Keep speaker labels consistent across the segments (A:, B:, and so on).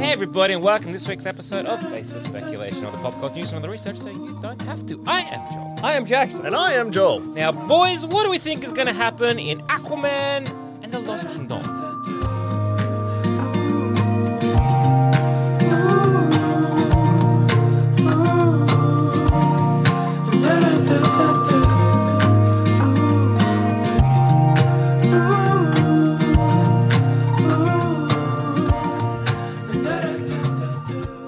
A: Hey everybody, and welcome to this week's episode of Baseless Speculation on the pop culture news and other research, so you don't have to. I am Joel.
B: I am Jackson.
C: And I am Joel.
A: Now, boys, what do we think is going to happen in Aquaman and the Lost Kingdom?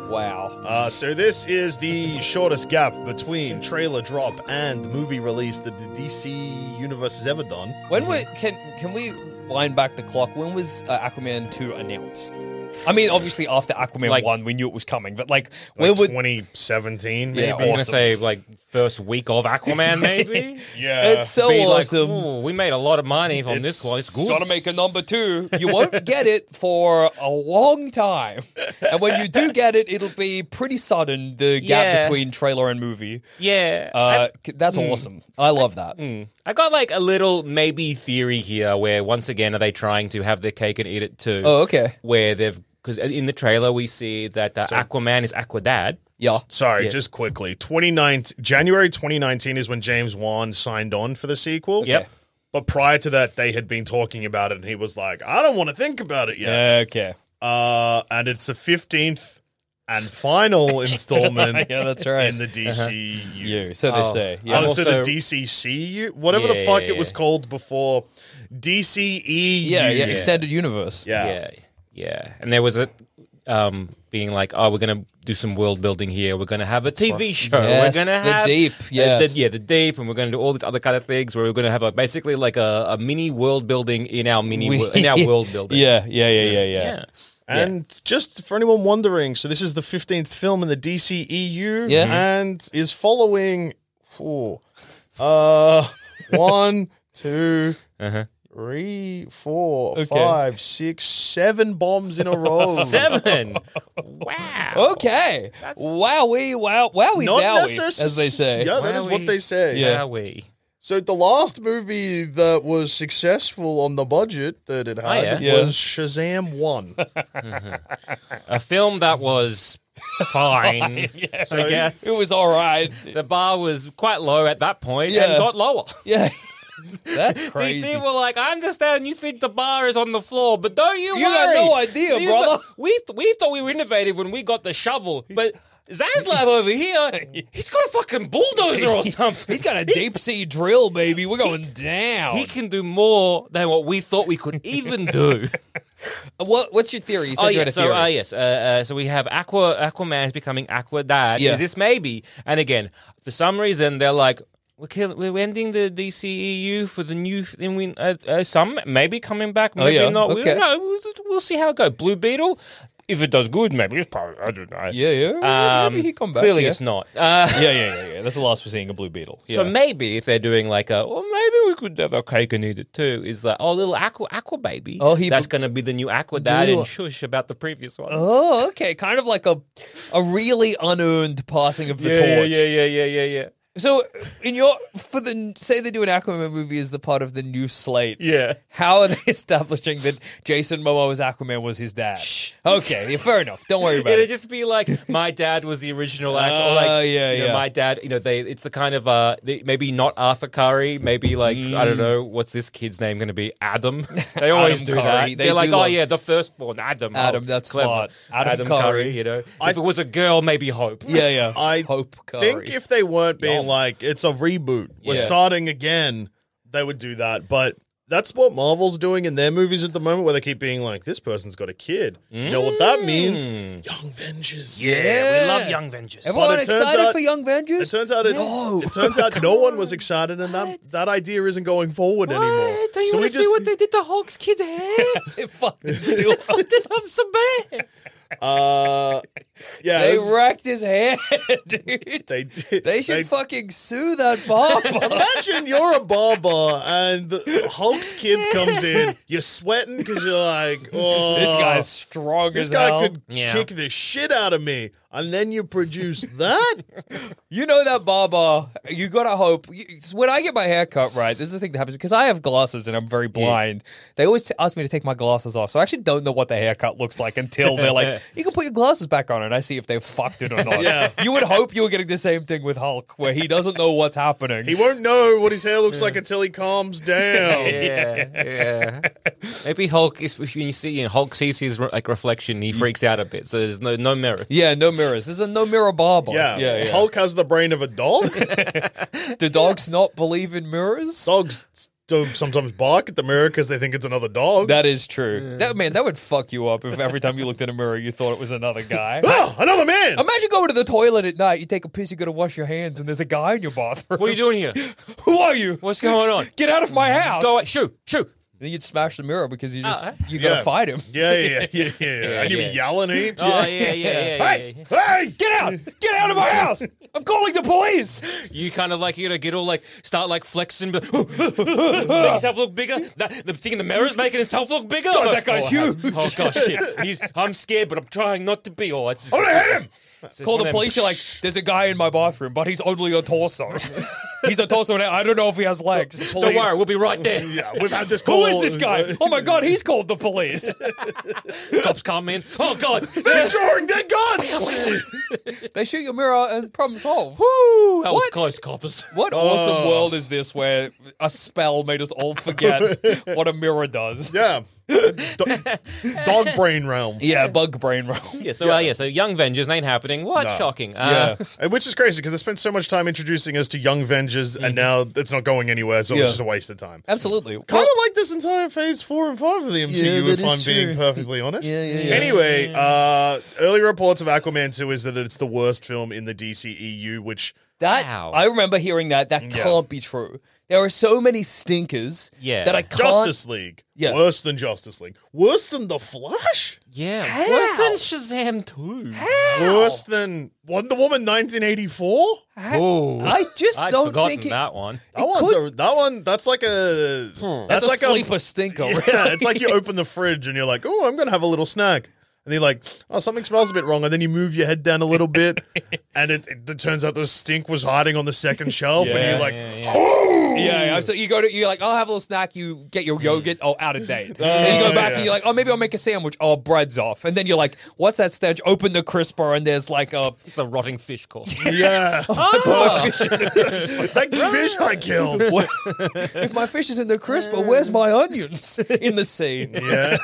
B: Wow.
C: Uh, so this is the shortest gap between trailer drop and movie release that the DC universe has ever done.
B: When were can can we wind back the clock? When was uh, Aquaman two announced? I mean, obviously after Aquaman
A: Like-
B: one, we knew it was coming, but like,
C: Like
B: when would
C: 2017,
B: Yeah,
C: maybe.
A: I was going to
B: Awesome.
A: say, like, first week of Aquaman, maybe?
C: Yeah.
B: it's so
A: Be like,
B: awesome?
A: "Ooh, we made a lot of money from this
C: It's
A: one. It's good.
B: Gotta make a number two. You won't get it for a long time, and when you do get it, it'll be pretty sudden.
A: Yeah.
B: The
A: Hmm.
B: gap between trailer and movie.
A: Yeah.
B: Uh, c- that's awesome. Uh, I love that.
A: I got like a little maybe theory here where once again are they trying to have their cake and eat it too?
B: Oh, okay.
A: Where they've because in the trailer we see that uh, Aquaman is Aquadad.
B: Yeah.
C: Sorry,
A: Yeah.
C: just quickly. 29th, January 2019 is when James Wan signed on for the sequel.
A: Yep.
C: But prior to that, they had been talking about it, and he was like, I don't want to think about it yet.
B: Okay.
C: Uh, and it's the 15th and final installment
B: Yeah, that's right.
C: in the
A: Uh-huh.
C: DCU.
B: You. So they say. Yeah.
C: Yeah,
A: I'm
C: also,
A: also-
C: the DCCU, whatever
A: Yeah,
C: the fuck
A: yeah,
C: it was
A: yeah.
C: called before, E DCEU.
B: yeah. Yeah. Extended universe.
C: Yeah.
A: Yeah, yeah. And there was a um, being like, oh, we're gonna do some world building here. We're gonna have a TV show.
B: Yes,
A: we're gonna
B: the
A: have
B: Deep,
A: uh,
B: yes.
A: the, yeah, the deep, and we're gonna do all these other kind of things. Where we're gonna have a basically like a, a mini world building in our mini
B: We-
A: wo- in our world building.
B: Yeah. Yeah. Yeah. Yeah. Yeah.
A: yeah.
C: And just for anyone wondering, so this is the 15th film in the DCEU
B: Yeah. Mm-hmm.
C: and is following four. Uh, one, two, three, four,
B: Uh-huh. Okay.
C: five, six, seven bombs in a row.
A: Seven. wow.
B: Okay. Wowie, wow, wowie,
C: Not
B: zowie,
C: necess-
B: as they say.
C: Yeah, that is what they say.
B: Yeah.
A: Are we?
C: So the last movie that was successful on the budget that it had
B: Oh, yeah.
C: was Shazam One.
A: a film that was fine, I guess.
B: It was all right.
A: the bar was quite low at that point and
B: Yeah.
A: got lower.
B: Yeah. That's crazy.
A: DC were like, I understand you think the bar is on the floor, but don't you,
B: You got
A: worry.
B: no idea,
A: You
B: brother."
A: got- we we thought we were innovative when we got the shovel, but Zaslav over here, he's got a fucking bulldozer or something.
B: He's got a deep sea drill, baby. We're going down.
A: He can do more than what we thought we could even do.
B: what, what's your theory? You said
A: Oh
B: you
A: yeah,
B: had a
A: so
B: theory.
A: uh, yes, uh, uh, so we have Aqua Aquaman is becoming Aqua Dad.
B: Yeah.
A: Is this maybe? And again, for some reason they're like we're kill- we're ending the DCEU for the new f- and we uh, uh, some maybe coming back, maybe
B: Oh, yeah,
A: not. We
B: okay.
A: don't know. We'll, we'll see how it goes. Blue Beetle, if it does good, maybe it's probably I don't know.
B: yeah, yeah. yeah,
A: Um,
B: maybe he come back.
A: Clearly,
B: yeah.
A: it's not. Uh,
B: Yeah, yeah, yeah, yeah. That's the last we're seeing a blue beetle. Yeah.
A: So maybe if they're doing like a, well, maybe we could have our cake and eat it too. Is like, oh, little aqua aqua baby.
B: Oh, he-
A: that's gonna be the new aqua dad
B: Little-
A: and shush about the previous ones.
B: oh, okay. Kind of like a a really unearned passing of the
A: yeah,
B: torch.
A: Yeah, yeah, yeah, yeah, yeah.
B: So, in your for the say they do an Aquaman movie as the part of the new slate.
A: Yeah.
B: How are they establishing that Jason Momoa's Aquaman was his dad? Okay, yeah, fair enough. Don't worry about
A: It'd
B: it.
A: just be like my dad was the original actor. or
B: Oh,
A: like,
B: yeah,
A: you know,
B: yeah.
A: My dad, you know, they. It's the kind of uh, they, maybe not Arthur Curry, maybe like I don't know what's this kid's name going to be. Adam. They always
B: Mm. Adam
A: do
B: Curry.
A: that.
B: They
A: They're
B: do
A: like, oh
B: love-
A: yeah, the firstborn, Adam. Oh,
B: Adam, that's
A: clever.
B: smart. Adam
A: Adam,
B: Curry.
A: Curry. You know,
C: I-
A: if it was a girl, maybe Hope.
B: yeah, yeah.
C: I
B: hope
C: think if they weren't being
B: Yum.
C: like, it's a reboot, we're
B: Yeah.
C: starting again, they would do that. But that's what Marvel's doing in their movies at the moment, where they keep being like, this person's got a kid. You know what that means?
B: Mm.
C: Young Avengers.
A: Yeah, we love Young Avengers.
B: everyone
C: But it turns
B: excited
C: out-
B: for Young
C: It
B: Avengers.
C: turns out it, it turns out no one was excited, and that, that idea isn't going forward anymore.
A: Don't you
C: so
A: want
C: we
A: to see
C: just
A: what they did to Hulk's kid's hair?
B: It fucked his deal.
A: Did up so bad.
C: uh, yeah,
B: They
C: this-
B: wrecked his hand, dude.
C: They did.
B: They should fucking sue that barber.
C: Imagine you're a barber and the Hulk's kid comes in. You're sweating because you're like, oh,
B: this guy's strong
C: this
B: as
C: guy
B: hell.
C: could
A: Yeah.
C: kick the shit out of me, and then you produce that.
B: You know that barber. You gotta hope. you- it's When I get my hair cut, right? This is the thing that happens because I have glasses and I'm very blind. They always t- ask me to take my glasses off, so I actually don't know what the haircut looks like until they're like, "You can put your glasses back on," and I see if they fucked it or not.
C: Yeah.
B: You would hope you were getting the same thing with Hulk, where he doesn't know what's happening.
C: he won't know what his hair looks like until he calms down.
A: yeah, yeah. Maybe Hulk is when you see you know, Hulk sees his re- like reflection, he freaks out a bit. So there's no no mirror.
B: yeah, no mirrors. This is a no mirror barber.
C: Yeah.
B: yeah.
C: Hulk has the brain of a dog.
B: Do dogs not believe in mirrors?
C: Dogs do sometimes bark at the mirror because they think it's another dog.
B: That is true. That man, that would fuck you up if every time you looked in a mirror you thought it was another guy.
C: oh, another man.
B: Imagine going to the toilet at night. You take a piss, you got to wash your hands, and there's a guy in your bathroom.
A: What are you doing here?
B: Who are you?
A: What's going on?
B: Get out of my house!
A: Go away. Shoo, shoo.
B: Then you'd smash the mirror because you just
A: Oh, eh?
B: you
C: Yeah.
B: gotta fight him.
C: yeah, yeah, yeah, yeah. yeah. and you
A: yeah.
C: be yelling heaps.
A: Oh yeah, yeah, yeah, yeah,
B: Hey!
A: yeah.
C: Hey,
B: Get out! Get out of my house! I'm calling the police.
A: You kind of like you know get all like start like flexing, but make yourself look bigger. That, the thing in the mirror is making itself look bigger.
B: God, that guy's
A: oh,
B: huge.
A: Oh gosh, shit. He's, I'm scared, but I'm trying not to be. Oh, it's just,
C: I'm gonna hit him.
A: it's just
B: Call
A: one
B: the
A: of them-
B: police. You're like, there's a guy in my bathroom, but he's only a torso. he's a torso, and I don't know if he has legs.
A: Don't worry, we'll be right there.
C: Yeah, we've had this.
B: Who
C: call.
B: is this guy? Oh my god, he's called the police.
A: Cops come in. Oh god.
C: They're drawing their guns.
B: they shoot your mirror, and problem solved.
A: Woo! That was
B: What?
A: close, coppers. Oh,
B: What
C: Oh.
B: awesome world is this where a spell made us all forget what a mirror does?
C: yeah, Do- dog brain realm.
B: Yeah, bug brain roll.
A: Yeah, so yeah. Uh, yeah, so Young Vengers ain't happening. What shocking? Uh,
B: Yeah.
C: And Which is crazy because they spent so much time introducing us to Young Vengers, and now it's not going anywhere, so
B: Mm-hmm. Yeah.
C: it's just a waste of time.
B: Absolutely.
C: Kind of like this entire Phase Four and Five of the
B: Yeah,
C: MCU,
B: that
C: if I'm
B: is
C: being
B: true.
C: perfectly honest.
B: Yeah, yeah, yeah.
C: Anyway, uh, early reports of Aquaman Two is that it's the worst film in the DCEU, which
B: That
A: Wow.
B: I remember hearing that. That
C: Yeah.
B: can't be true. There are so many stinkers
A: Yeah.
B: that I can't.
C: Justice League,
B: Yeah.
C: worse than Justice League, worse than The Flash,
A: yeah. Worse than Shazam 2.
C: worse than Wonder Woman 1984.
A: Oh,
B: I just
A: I'd
B: don't
A: forgotten
B: think it- Hmm.
A: that one.
C: That one's a, that one. That's like a
B: That's,
C: that's, like um,
B: a sleeper stinker.
C: yeah. It's like you open the fridge and you're like, oh, I'm gonna have a little snack, and you're like, oh, something smells a bit wrong, and then you move your head down a little bit, and it, it, turns out the stink was hiding on the second shelf, and
B: Yeah,
C: you're like,
B: yeah, yeah. So you go to you're like, I'll have a little snack. You get your yogurt. Oh, out of date. then you go back and you're like, oh, maybe I'll make a sandwich. Oh, bread's off. And then you're like, what's that stench? Open the crisper and there's like a
A: It's a rotting fish corpse.
C: yeah, Ah! that fish I killed.
B: What- if my fish is in the crisper, where's my onions in the sea?
C: Yeah,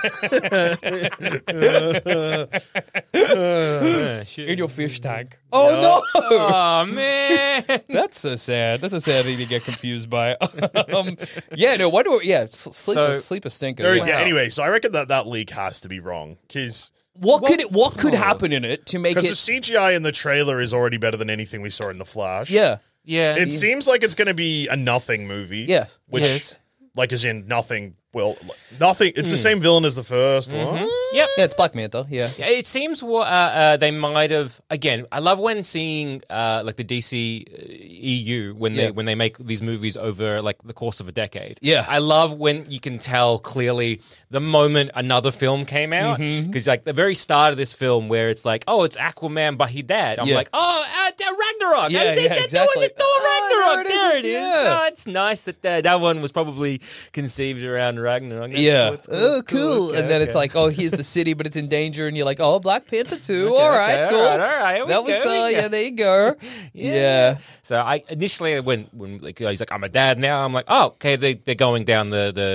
B: In your fish tank. Oh no!
A: oh, man.
B: That's so sad. That's a sad thing to get confused by. um, yeah, no. Why do? I- Yeah, s- sleeper,
A: So-
B: sleeper stinker.
C: There we
B: Wow.
C: go. Anyway, so I reckon that that leak has to be wrong because
B: What could it, what could happen in it to make
C: the
B: it?
C: CGI in the trailer is already better than anything we saw in the Flash.
B: yeah,
A: Yeah.
C: It seems like it's going to be a nothing movie.
B: Yes.
C: Which
A: Yes. Hmm.
C: Like, as in nothing. Well, nothing. It's the same villain as the 1st
A: Mm-hmm.
C: What?
A: Yep.
B: Yeah, it's Black Manta. Yeah.
A: Yeah, It seems what uh, uh, they might have. Again, I love when seeing uh, like the DC uh, EU when
B: Yeah.
A: they when they make these movies over like the course of a decade.
B: Yeah.
A: I love when you can tell clearly the moment another film came out because
B: Mm-hmm.
A: like the very start of this film where it's like, oh, it's Aquaman, but he dead. I'm
B: Yeah.
A: like, oh, uh, Ragnarok.
B: Yeah,
A: I see
B: yeah,
A: that the
B: exactly.
A: one that Thor
B: Oh,
A: Ragnarok. there it is.
B: yeah.
A: Oh, it's nice that that, that one was probably conceived around Ragnarok. That's
B: yeah.
A: cool, it's
B: oh,
A: it's
B: cool.
A: okay,
B: and then it's
A: okay.
B: like, oh, here's the city, but it's in danger, and you're like, oh, Black Panther too. all right,
A: okay, all
B: cool.
A: right, all right, here we
B: that was
A: go, here we go.
B: uh, yeah. There you go. yeah.
A: So I initially when when like he's like I'm a dad now I'm like oh okay they they're going down the the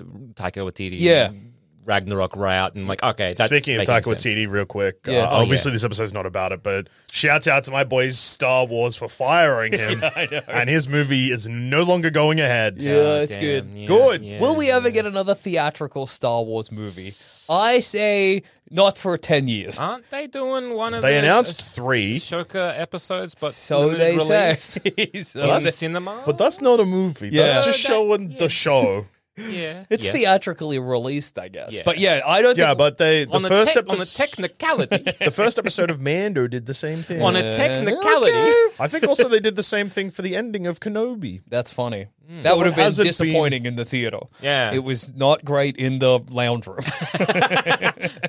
A: uh, Taika Waititi
B: Yeah.
A: Ragnarok route and I'm like okay that's
C: Speaking of
A: making
C: Taika
A: sense.
C: Waititi, real quick.
B: Yeah.
C: Uh,
B: Oh,
C: obviously, this episode's not about it, but shouts out to my boys Star Wars for firing him. And his movie is no longer going ahead.
B: Yeah, it's
A: Oh, Damn,
B: good.
A: yeah,
C: Good.
A: yeah.
B: Will we ever get another theatrical Star Wars movie? I say not for ten years.
A: aren't they doing one of
C: They
A: the
C: announced
A: Sh-
C: three,
A: Shoka episodes but
B: so they
A: limited release
B: say. so
A: in
B: they-
A: cinema
C: but that's not a movie.
B: Yeah.
C: That's just
A: So that-
C: showing the show.
A: yeah
B: it's
A: Yes.
B: theatrically released, I guess.
A: Yeah.
B: But yeah, I don't.
C: Yeah,
B: think,
C: but they the
A: on the,
C: first
A: tec- on the
C: epis-
A: technicality
C: the first episode of Mando did the same thing.
A: on a technicality
C: I think also they did the same thing for the ending of Kenobi.
B: that's funny. That would have been
C: hasn't been-
B: disappointing in the theater.
A: Hmm. Yeah.
B: it was not great in the lounge room.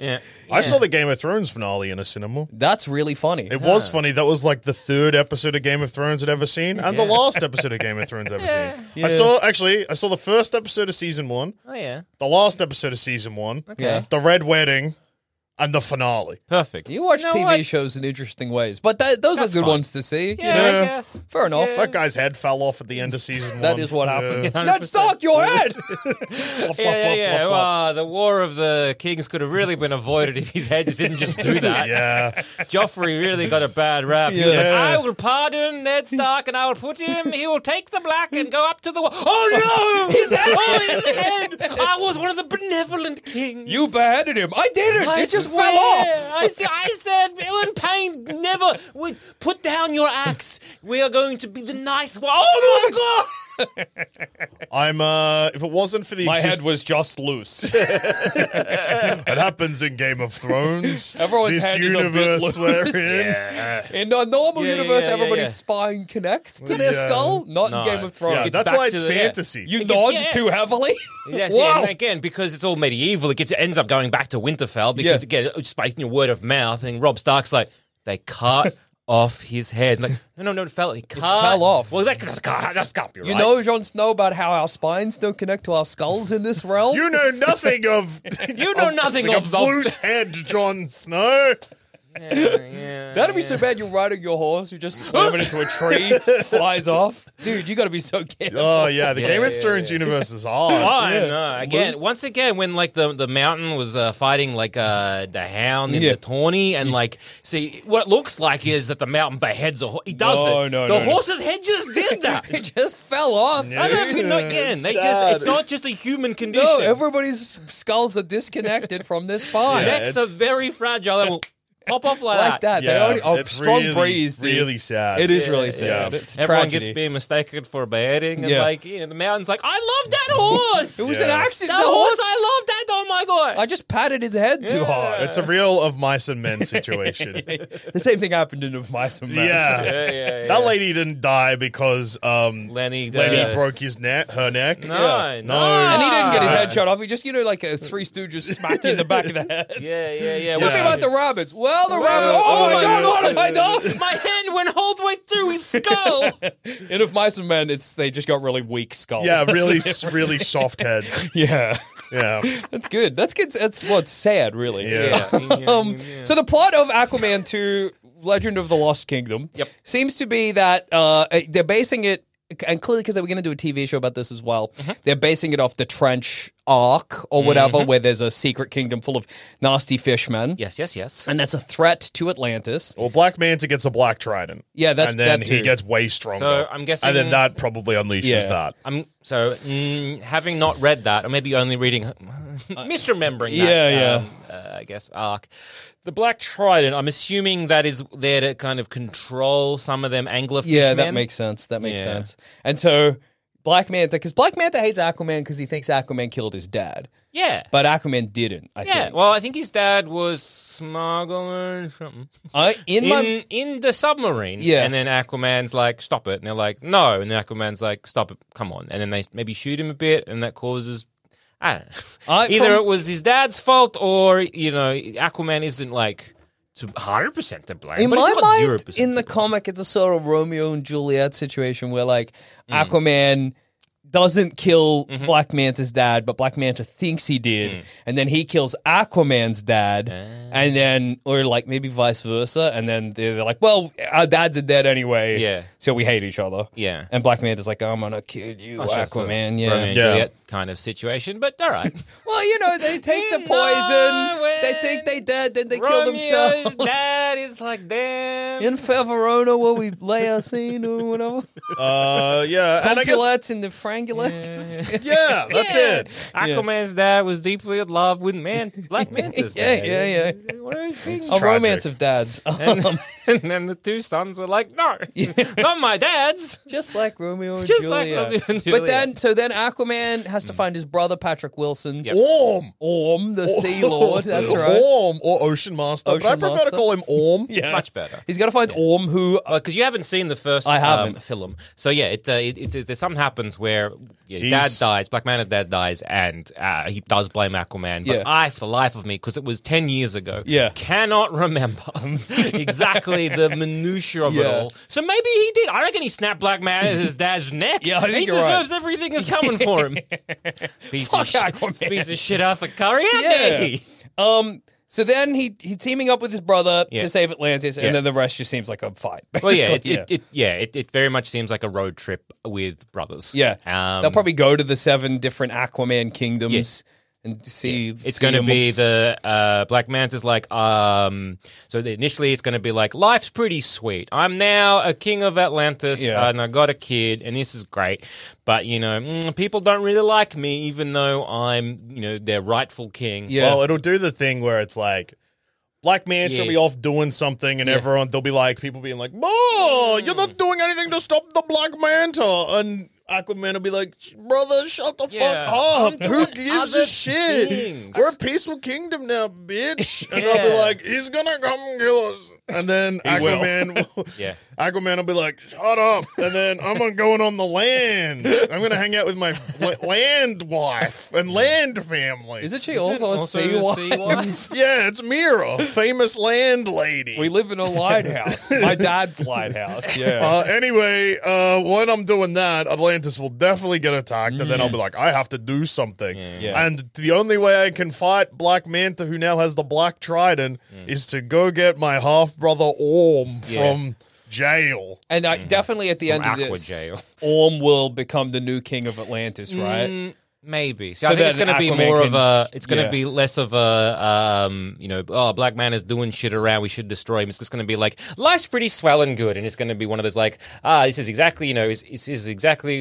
A: yeah.
C: I saw the Game of Thrones finale in a cinema.
B: that's really funny.
C: It was funny. That was like the third episode of Game of Thrones I'd ever seen, and the last episode of Game of Thrones I've ever seen. I saw actually, I saw the first episode of season one,
A: oh yeah
C: the last episode of season one,
B: Yeah.
C: the red wedding, and the finale.
A: perfect
B: You watch
A: know
B: TV
A: what?
B: shows in interesting ways, but that, those are
A: That's
B: good
A: fine.
B: ones to see.
A: yeah,
C: Yeah.
A: I guess
B: Fair enough.
A: Yeah.
C: That guy's head fell off at the end of season one.
B: That is what
C: Yeah.
B: happened.
A: 100%.
B: Let's talk your head.
C: Flop, flop,
A: Yeah, yeah,
C: flop,
A: yeah.
C: flop, flop.
A: Well, the War of the Kings could have really been avoided if his head just didn't just do that.
C: Yeah.
A: Joffrey really got a bad rap. He was like, I
C: Yeah.
A: will pardon Ned Stark and I will put him, he will take the black and go up to the wall. Oh no! his head! Oh, his head! I was one of the benevolent kings.
B: you beheaded him. I did it.
A: I
B: it just
A: swear.
B: fell off.
A: I, said, I said, Ellen Payne, never would put down your axe. We are going to be the nice one. Oh my god!
C: I'm uh if it wasn't for the
B: My
C: exist-
B: head was just loose.
C: it happens in Game of Thrones.
B: Everyone's
C: this
B: head is a bit
C: universe
B: loose.
C: we're in.
B: in a normal
A: Yeah, yeah,
B: universe,
A: yeah, yeah,
B: everybody's
A: yeah.
B: spine connects to their
C: Yeah.
B: skull. Not
A: No.
B: in Game of
C: Yeah,
B: Thrones.
C: that's
A: back
C: why
A: to
C: it's
A: the- yeah.
C: fantasy.
B: you
A: It gets-
B: dodged
A: yeah.
B: too heavily.
A: Yes, yeah,
B: wow.
A: and again, because it's all medieval, it gets, it ends up going back to Winterfell because
B: Yeah.
A: again, it's just by your word of mouth. And Rob Stark's like, they cut off his head. Like, no, no, no, it fell. He cut
B: fell off.
A: Well, that, that's, can't- that's can't be right.
B: you know, Jon Snow, about how our spines don't connect to our skulls in this realm.
C: You know nothing of
A: you know nothing
C: like
A: of
C: a
A: those.
C: loose head, Jon Snow.
B: That'd be so bad. You're riding your horse, you just slam it into a tree, flies off. Dude, you got to be so careful.
C: Oh yeah, the Game of Thrones universe is odd.
A: I know. Again, once again, when like the the mountain was uh, fighting like uh, the hound and
B: Yeah.
A: the tawny, and like see what it looks like is that the mountain beheads a horse. He does
B: No,
A: it.
B: no,
A: the
B: no, no.
A: horse's head just did that.
B: It just fell off.
A: I don't know if you know
C: Yeah,
A: again.
C: it's
A: They
C: sad.
A: just—it's not just a human condition.
B: No, everybody's sticks are disconnected from this spine.
C: Yeah,
A: necks are
C: it's-
A: very fragile. They will pop off like,
B: Like that.
C: Yeah,
B: they only, oh,
C: it's
B: strong
C: really,
B: breeze, dude.
C: Really sad.
B: It is really sad.
C: yeah.
B: It's a
A: Everyone
B: tragedy.
A: gets being mistaken for beheading, and
B: Yeah.
A: like you know, the mountain's like, I love that horse.
B: It was
C: Yeah.
B: an
A: that
B: accident. The
A: horse,
B: horse.
A: I love that. Oh my god!
B: I just patted his head too
A: Yeah.
B: hard.
C: It's a real of mice and men situation. yeah.
B: The same thing happened in Of Mice and Men.
A: yeah, yeah, yeah.
C: That lady didn't die because um,
A: Lenny, uh,
C: Lenny broke his neck, her neck.
A: No,
C: Yeah.
A: no.
B: And he didn't get his head shot off. He just, you know, like a Three Stooges smack you in the back of the head.
A: yeah, yeah, yeah.
B: Talking
A: Well,
B: about the rabbits. Well, the
A: Well,
B: rabbit. Oh,
A: oh,
B: my
A: yeah.
B: God, what have I done?
A: my hand went all the way through his skull.
B: And if mice and men, it's they just got really weak skulls.
C: Yeah, really, s- really soft heads.
B: yeah.
C: Yeah,
B: That's good. That's good. That's what's sad, really.
C: yeah.
B: Um, So the plot of Aquaman 2 Legend of the Lost Kingdom
A: Yep.
B: seems to be that uh, they're basing it, and clearly because they were going to do a TV show about this as well,
A: Uh-huh.
B: they're basing it off the Trench Arc
A: Mm-hmm.
B: or whatever, where there's a secret kingdom full of nasty fishmen.
A: yes, yes, yes.
B: And that's a threat to Atlantis.
C: Well, Black Manta gets a black trident.
B: Yeah, that's
C: and then
B: that
C: he
B: too.
C: gets way stronger.
A: So, I'm guessing-
C: and then that probably unleashes
B: Yeah.
C: that.
A: I'm so mm, having not read that, or maybe only reading, misremembering.
B: Uh, Yeah,
A: that, yeah. uh, I guess arc. The Black Trident. I'm assuming that is there to kind of control some of them anglerfish.
B: Yeah, that
A: men.
B: makes sense. That makes
A: Yeah.
B: sense. And so Black Manta because Black Manta hates Aquaman because he thinks Aquaman killed his dad,
A: Yeah.
B: but Aquaman didn't. I
A: yeah.
B: think.
A: Well, I think his dad was smuggling something.
B: I, in,
A: in
B: my
A: in the submarine.
B: Yeah.
A: and then Aquaman's like, "Stop it!" and they're like, "No!" and then Aquaman's like, "Stop it! Come on!" and then they maybe shoot him a bit, and that causes. I don't know.
B: I-
A: Either
B: from-
A: it was his dad's fault, or you know, Aquaman isn't like hundred percent to blame.
B: in
A: but
B: my
A: he's not 0%
B: mind,
A: to
B: in the
A: blame.
B: comic, it's a sort of Romeo and Juliet situation where like
A: Mm.
B: Aquaman doesn't kill
A: Mm-hmm.
B: Black Manta's dad, but Black Manta thinks he did,
A: Mm.
B: and then he kills Aquaman's dad,
A: Ah.
B: and then or like maybe vice versa, and then they're like, "Well, our dads are dead anyway,
A: Yeah.
B: so we hate each other."
A: Yeah.
B: and Black Manta's like, "I'm gonna kill you,
A: Oh, sure, it's a
B: Aquaman." Yeah,
A: Romeo and
C: Yeah.
A: Juliet kind of situation, but all right.
B: Well, you know, they take the
A: You know
B: poison. They
A: when
B: think they dead, then they kill
A: Romeo's
B: themselves.
A: dad is like, damn.
B: In Favorona, where we lay our scene or whatever.
C: Uh, yeah, and I guess
B: Compulates and the frangulates.
C: yeah, that's it.
A: Aquaman's dad was deeply in love with man, Black Manta's
B: Yeah,
A: dad.
B: yeah, yeah.
A: It's One of those things.
B: A romance of dads. Um,
A: and, and then the two sons were like, no, not my dad's.
B: Just like Romeo and
A: Just like
B: Juliet.
A: Romeo and
B: But
A: Juliet.
B: then, so then Aquaman has to find his brother Patrick Wilson.
A: Yep.
C: Orm.
B: Orm, the Sea Lord. That's right.
C: Orm or Ocean Master. but I
B: Ocean
C: prefer
B: Master.
C: to call him Orm.
A: It's much better.
B: He's got to find Orm, who uh,
A: Because you haven't seen the first
B: I
A: um,
B: haven't.
A: film. So, yeah, it, uh, it, it's, it's, there's something happens where yeah, dad
C: He's-
A: dies, Black Manta's dad dies, and uh, he does blame Aquaman. But
B: Yeah.
A: I, for the life of me, because it was 10 years ago,
B: Yeah.
A: cannot remember exactly the minutiae of it
B: Yeah.
A: all. So maybe he did. I reckon he snapped Black Manta's dad's neck.
B: Yeah, I think
A: He
B: you're right.
A: deserves everything that's coming for him. Piece,
B: Fuck
A: of shit,
B: Aquaman.
A: piece of shit Arthur Curry, ain't
B: Yeah.
A: he?
B: Um. So then he he's teaming up with his brother
A: Yeah.
B: to save Atlantis, and
A: Yeah.
B: then the rest just seems like a fight.
A: Well, yeah, it,
B: basically.
A: It, it, yeah, it, it very much seems like a road trip with brothers.
B: yeah.
A: um,
B: They'll probably go to the seven different Aquaman kingdoms and see.
A: It's
B: see
A: going to
B: them.
A: be the uh, Black Manta's like um. So the, initially, it's going to be like life's pretty sweet. I'm now a king of Atlantis,
B: Yeah.
A: and I got a kid, and this is great. But you know, mm, people don't really like me, even though I'm you know their rightful king.
B: Yeah.
C: Well, it'll do the thing where it's like Black Mansion will
A: Yeah.
C: be off doing something, and everyone they'll be like, people being like, "Bro,
A: Mm.
C: you're not doing anything to stop the Black Manta," and Aquaman will be like, "Brother, shut the
A: Yeah.
C: fuck
A: I'm
C: up. Who
A: doing
C: gives
A: other
C: a shit?
A: things."
C: We're a peaceful kingdom now, bitch." And they'll be
A: Yeah.
C: like, "He's gonna come kill us." And then
B: will.
C: Aquaman, will.
A: Yeah.
C: Aquaman will be like, "Shut up!" And then I'm gonna going on the land. I'm gonna hang out with my la- land wife and land family.
B: Isn't she also, a sea
A: a
B: wife?
A: sea wife?
C: Yeah, it's Mira, famous landlady.
B: We live in a lighthouse. My dad's lighthouse. Yeah.
C: uh, anyway, uh, when I'm doing that, Atlantis will definitely get attacked, and then I'll be like, I have to do something.
B: Mm. Yeah.
C: And the only way I can fight Black Manta, who now has the Black Trident,
B: Mm.
C: is to go get my half brother Orm from jail.
B: And I, definitely at the end of
A: Mm-hmm. Aqua
B: this,
A: jail.
B: Orm will become the new king of Atlantis,
A: Mm,
B: right?
A: Maybe. So,
B: So
A: I think it's
B: then
A: going to be
B: Aquaman
A: more
B: can-
A: of a. It's going to
B: yeah.
A: be less of a. Um, you know, oh, black man is doing shit around. We should destroy him. It's just going to be like life's pretty swell and good, and it's going to be one of those like, ah, this is exactly. You know, this this is exactly.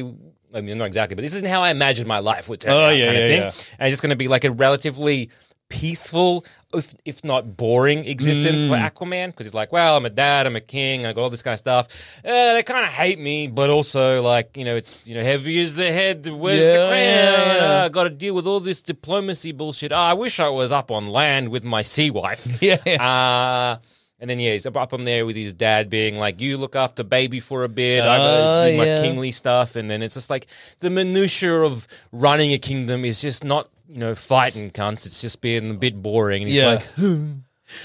A: I mean, not exactly, but this isn't how I imagined my life would turn
B: Oh,
A: out.
B: yeah,
A: kind of
B: yeah,
A: thing.
B: yeah.
A: And it's going to be like a relatively peaceful, if, if not boring, existence for
B: Mm.
A: Aquaman because he's like, well, I'm a dad, I'm a king, I got all this kind of stuff. Uh, they kind of hate me, but also like, you know, it's you know, heavy is the head, where's
B: Yeah,
A: the crown?
B: yeah, yeah.
A: Uh, I got to deal with all this diplomacy bullshit. Ah, I wish I was up on land with my sea wife.
B: Yeah.
A: Uh, and then yeah, he's up, up on there with his dad, being like, "You look after baby for a bit. I
B: Oh,
A: gotta do my
B: yeah.
A: kingly stuff." And then it's just like the minutia of running a kingdom is just not you know fighting cunts. It's just being a bit boring. And he's
B: Yeah.
A: like,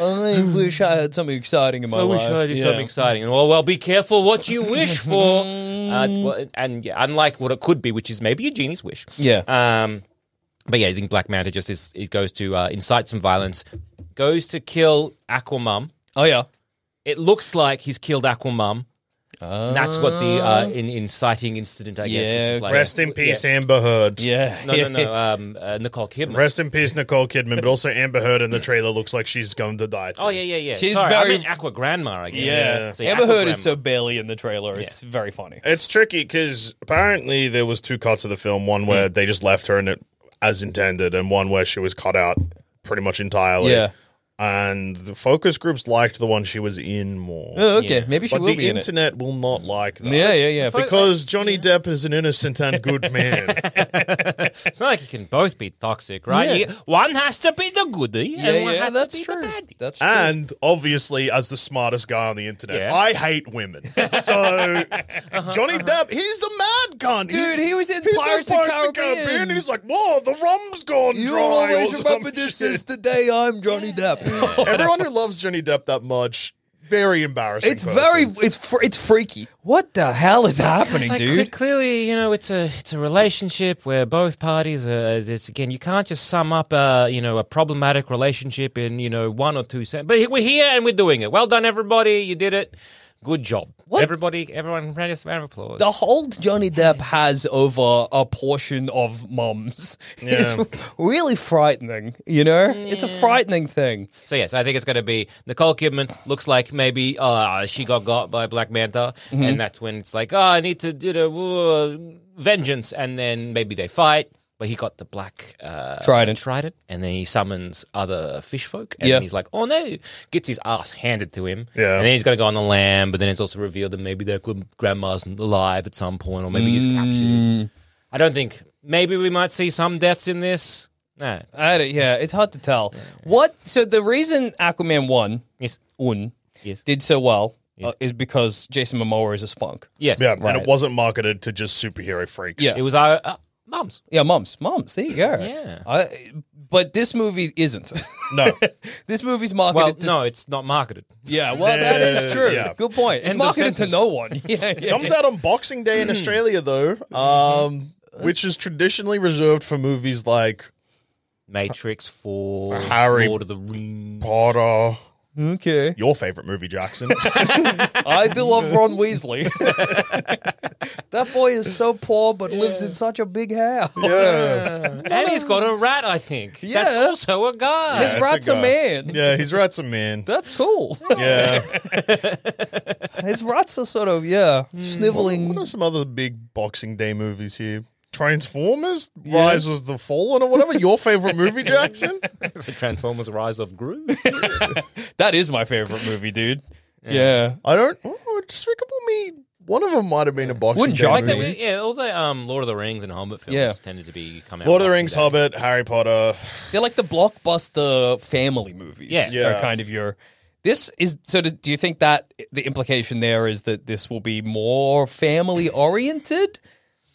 B: I wish I had something exciting in my
A: I
B: life.
A: wish I did
B: Yeah.
A: something exciting. And, well, well, be careful what you wish for. uh, well, and yeah, unlike what it could be, which is maybe a genie's wish.
B: Yeah.
A: Um, but yeah, I think Black Manta just is, he goes to uh, incite some violence, goes to kill Aquamum.
B: Oh yeah.
A: It looks like he's killed Aquamum. And that's what the uh, in, inciting incident, I guess.
B: Oh. Yeah,
A: Which is like,
C: Rest in peace, Amber Heard.
B: Yeah.
A: No, no, no. Um, uh, Nicole Kidman.
C: Rest in peace, Nicole Kidman, but also Amber Heard in the trailer looks like she's going to die.
A: Oh yeah, yeah, yeah.
B: She's
A: Sorry,
B: very-
A: I meant Aqua Grandma. I guess.
B: Yeah.
A: So,
B: Amber
A: Aqua
B: Heard is
A: Grandma.
B: so barely in the trailer. It's very funny.
C: It's tricky because apparently there was two cuts of the film. One
B: Hmm.
C: where they just left her in it as intended, and one where she was cut out pretty much entirely.
B: Yeah.
C: and the focus groups liked the one she was in more.
B: Oh, okay. Maybe she
C: but
B: will
C: the
B: be in it. Hmm.
C: internet will not like that.
B: Yeah, yeah, yeah.
C: Because Johnny Depp is an innocent and good man.
A: It's not like you can both be toxic, right? You- one has to be the goodie,
B: yeah,
A: and one
B: yeah,
A: has
B: that's
A: to be
B: true.
A: the baddie.
B: That's true.
C: and obviously, as the smartest guy on the internet,
A: Yeah.
C: I hate women. So Johnny Depp, he's the mad cunt.
B: Uh-huh,
C: He's-
B: Dude, he was in
C: he's
B: Pirates of Caribbean.
C: and he's like, "Whoa, the rum's gone
B: You
C: dry." or
B: always
C: some
B: remember this
C: shit.
B: is the day I'm Johnny Depp.
C: Everyone who loves Johnny Depp that much, very embarrassing.
B: It's
C: person.
B: very, it's fr- it's freaky. What the hell is happening,
A: It's like,
B: dude?
A: cle- Clearly, you know, it's a it's a relationship where both parties are. It's again, you can't just sum up a you know a problematic relationship in you know one or two sentences. But he- we're here and we're doing it. Well done, everybody. You did it. Good job. Everybody, everyone, round us a round of applause.
B: The hold Johnny Depp has over a portion of mums
C: Yeah.
B: is really frightening. You know, it's a frightening thing.
A: So yes, I think it's going to be Nicole Kidman. Looks like maybe uh, she got got by Black Manta, and that's when it's like, oh, I need to do the uh, vengeance, and then maybe they fight. But he got the black uh,
B: Trident.
A: trident, and then he summons other fish folk, and
B: Yeah.
A: he's like, "Oh no!" Gets his ass handed to him,
C: Yeah.
A: and then he's going to go on the land. But then it's also revealed that maybe their good grandma's alive at some point, or maybe he's captured. I don't think. Maybe we might see some deaths in this. No,
B: I don't, yeah, it's hard to tell. What? So the reason Aquaman one
A: yes,
B: un
A: Yes.
B: did so well uh, is because Jason Momoa is a spunk.
A: yes,
C: Yeah, and it wasn't marketed to just superhero freaks.
B: Yeah.
A: It was our uh, mums.
B: Yeah, moms, moms. There you go.
A: Yeah.
B: I, but this movie isn't.
C: No.
B: this movie's
A: Well,
B: marketed. to,
A: no, it's not marketed.
B: Yeah, well, that is true.
C: Yeah.
B: Good point. It's
A: End of
B: marketed to
A: sentence.
B: no one. Yeah, yeah.
C: Comes out on Boxing Day in
B: Mm-hmm.
C: Australia, though, um, which is traditionally reserved for movies like
A: Matrix Four,
C: Harry
A: Lord of the Rings.
C: Potter.
B: Okay.
C: Your favorite movie, Jackson.
B: I do love Ron Weasley. that boy is so poor, but lives in such a big house.
C: yeah.
A: And he's got a rat, I think.
B: Yeah.
A: That's also a guy.
B: His
C: that's
B: rat's
C: a
B: a,
C: guy.
B: man.
C: Yeah, he's rat's a man.
B: That's cool.
C: Yeah.
B: His rat's are sort of, yeah, sniveling.
C: What are some other big Boxing Day movies here? Transformers, Rise of the Fallen, or whatever. Your favorite movie, Jackson?
A: It's the Transformers Rise of Gru.
B: That is my favorite movie, dude. Yeah.
C: I don't. Oh, Despicable Me. One of them might have been a Boxing
B: Wouldn't
C: Day
B: shock
C: movie.
B: me.
A: But yeah, all the um, Lord of the Rings and Hobbit films
B: Yeah.
A: tended to be come out.
C: Lord of the
A: after
C: Rings,
A: that.
C: Hobbit, Harry Potter.
B: They're like the blockbuster family movies.
A: Yeah.
B: They're
C: Yeah.
B: kind of your. This is so. Do do you think that the implication there is that this will be more family oriented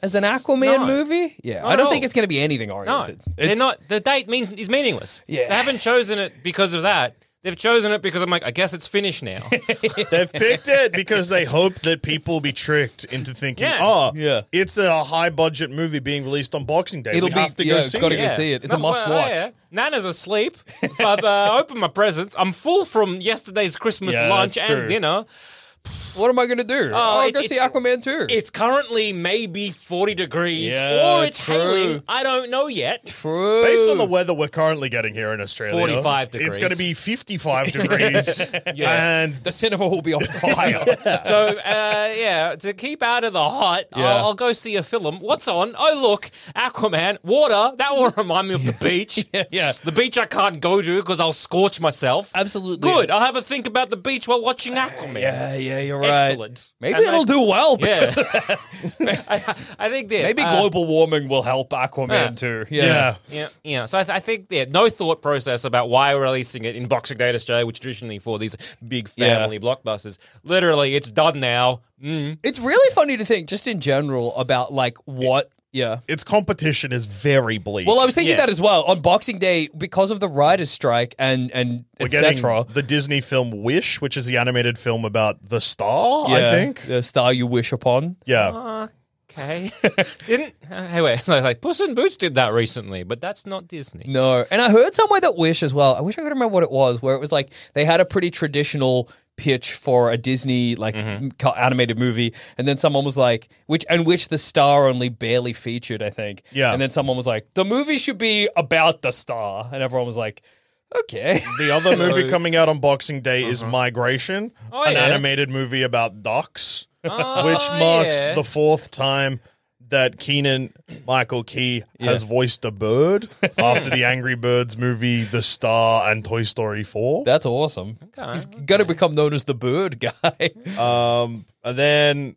B: as an Aquaman
A: No.
B: movie? Yeah,
A: Not
B: I
A: at
B: don't
A: all.
B: think it's going to be anything
A: No,
B: oriented.
A: they're
B: It's-
A: not. The date means is meaningless.
B: Yeah.
A: they haven't chosen it because of that. They've chosen it because I'm like, I guess it's finished now.
C: They've picked it because they hope that people will be tricked into thinking,
A: Yeah.
C: oh,
B: Yeah.
C: it's a high budget movie being released on Boxing Day.
B: It'll
C: we
B: be-
C: have to
B: yeah,
C: go
B: it's
C: see
B: gotta
C: it.
B: go see it. It's a must
A: well,
B: watch.
A: Nana's asleep. I've uh, opened my presents. I'm full from yesterday's Christmas
C: Yeah,
A: lunch
C: that's
A: and
C: true.
A: dinner.
B: What am I going to do? Oh, I'll
A: it's-
B: go see
A: it's-
B: Aquaman too.
A: It's currently maybe 40 degrees
B: Yeah,
A: or it's
B: true.
A: hailing. I don't know yet.
B: True.
C: Based on the weather we're currently getting here in Australia,
A: 45
C: It's
A: degrees.
C: going to be 55 degrees.
A: Yeah.
C: And
B: the cinema will be on fire.
A: So, uh, yeah, to keep out of the hot,
B: Yeah.
A: I'll, I'll go see a film. What's on? Oh, look, Aquaman, water. That will remind me of the beach.
B: yeah.
A: The beach I can't go to because I'll scorch myself.
B: Absolutely.
A: Good. I'll have a think about the beach while watching Aquaman.
B: Uh, yeah, yeah, you're right.
A: Excellent.
B: Maybe
A: And
B: it'll
A: I-
B: do well.
A: Yeah.
B: because-
A: I, I think that.
B: Maybe
A: uh,
B: global warming will help Aquaman
A: yeah.
B: too.
C: yeah.
A: Yeah, yeah. So I, th- I think yeah, no thought process about why we're releasing it in Boxing Day in Australia, which traditionally for these big
B: Yeah.
A: family blockbusters. Literally, it's done now. Mm.
B: It's really funny to think, just in general, about like what. Yeah.
C: Its competition is very bleak.
B: Well, I was thinking
A: Yeah.
B: that as well on Boxing Day because of the writers' strike and and
C: we're getting
B: etc.
C: the Disney film Wish, which is the animated film about the star, I think.
B: the star you wish upon.
C: Yeah.
A: Okay. Didn't uh, anyway. So like Puss in Boots did that recently, but that's not Disney.
B: No, and I heard somewhere that Wish as well. I wish I could remember what it was. Where it was like they had a pretty traditional pitch for a Disney like
C: Mm-hmm.
B: m- co- animated movie, and then someone was like, "Which and which the star only barely featured." I think.
C: Yeah.
B: And then someone was like, "The movie should be about the star," and everyone was like, "Okay."
C: The other movie coming out on Boxing Day is Migration, an
A: yeah.
C: animated movie about ducks, which marks
A: yeah.
C: the fourth time that Keenan Michael Key has voiced a bird after the Angry Birds movie, The Star, and Toy Story 4.
B: That's awesome. He's gonna become known as the bird guy.
A: Oh,
C: Um, and then,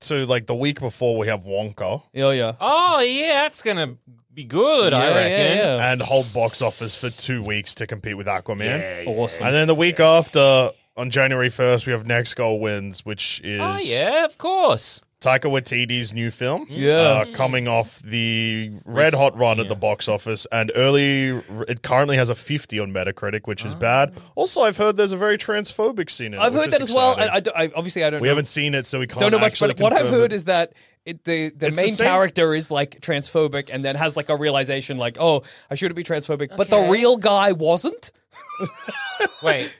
C: so like the week before, we have Wonka.
B: oh yeah.
A: Oh yeah, that's gonna be good. I
B: Yeah, Oh, yeah,
A: reckon.
B: yeah.
C: and hold box office for two weeks to compete with Aquaman.
B: Awesome.
C: And then the week after, on January 1st, we have Next Goal Wins, which is
A: Oh yeah, of course.
C: Taika Waititi's new film.
B: Yeah.
C: Uh, coming off the red hot run at the box office. And early, it currently has a 50 on Metacritic, which is bad. Also, I've heard there's a very transphobic scene in it.
B: Oh. I've
C: which
B: heard
C: is
B: that as well.
C: exciting.
B: And I, do- I obviously I don't.
C: we
B: know,
C: haven't seen it, so we can't
B: don't know much,
C: actually
B: but what I've
C: confirm
B: heard
C: it.
B: is that it, the the
C: It's the
B: main
C: same-
B: character is like transphobic, and then has like a realization, like, oh, I shouldn't be transphobic, but the real guy wasn't.
A: Wait.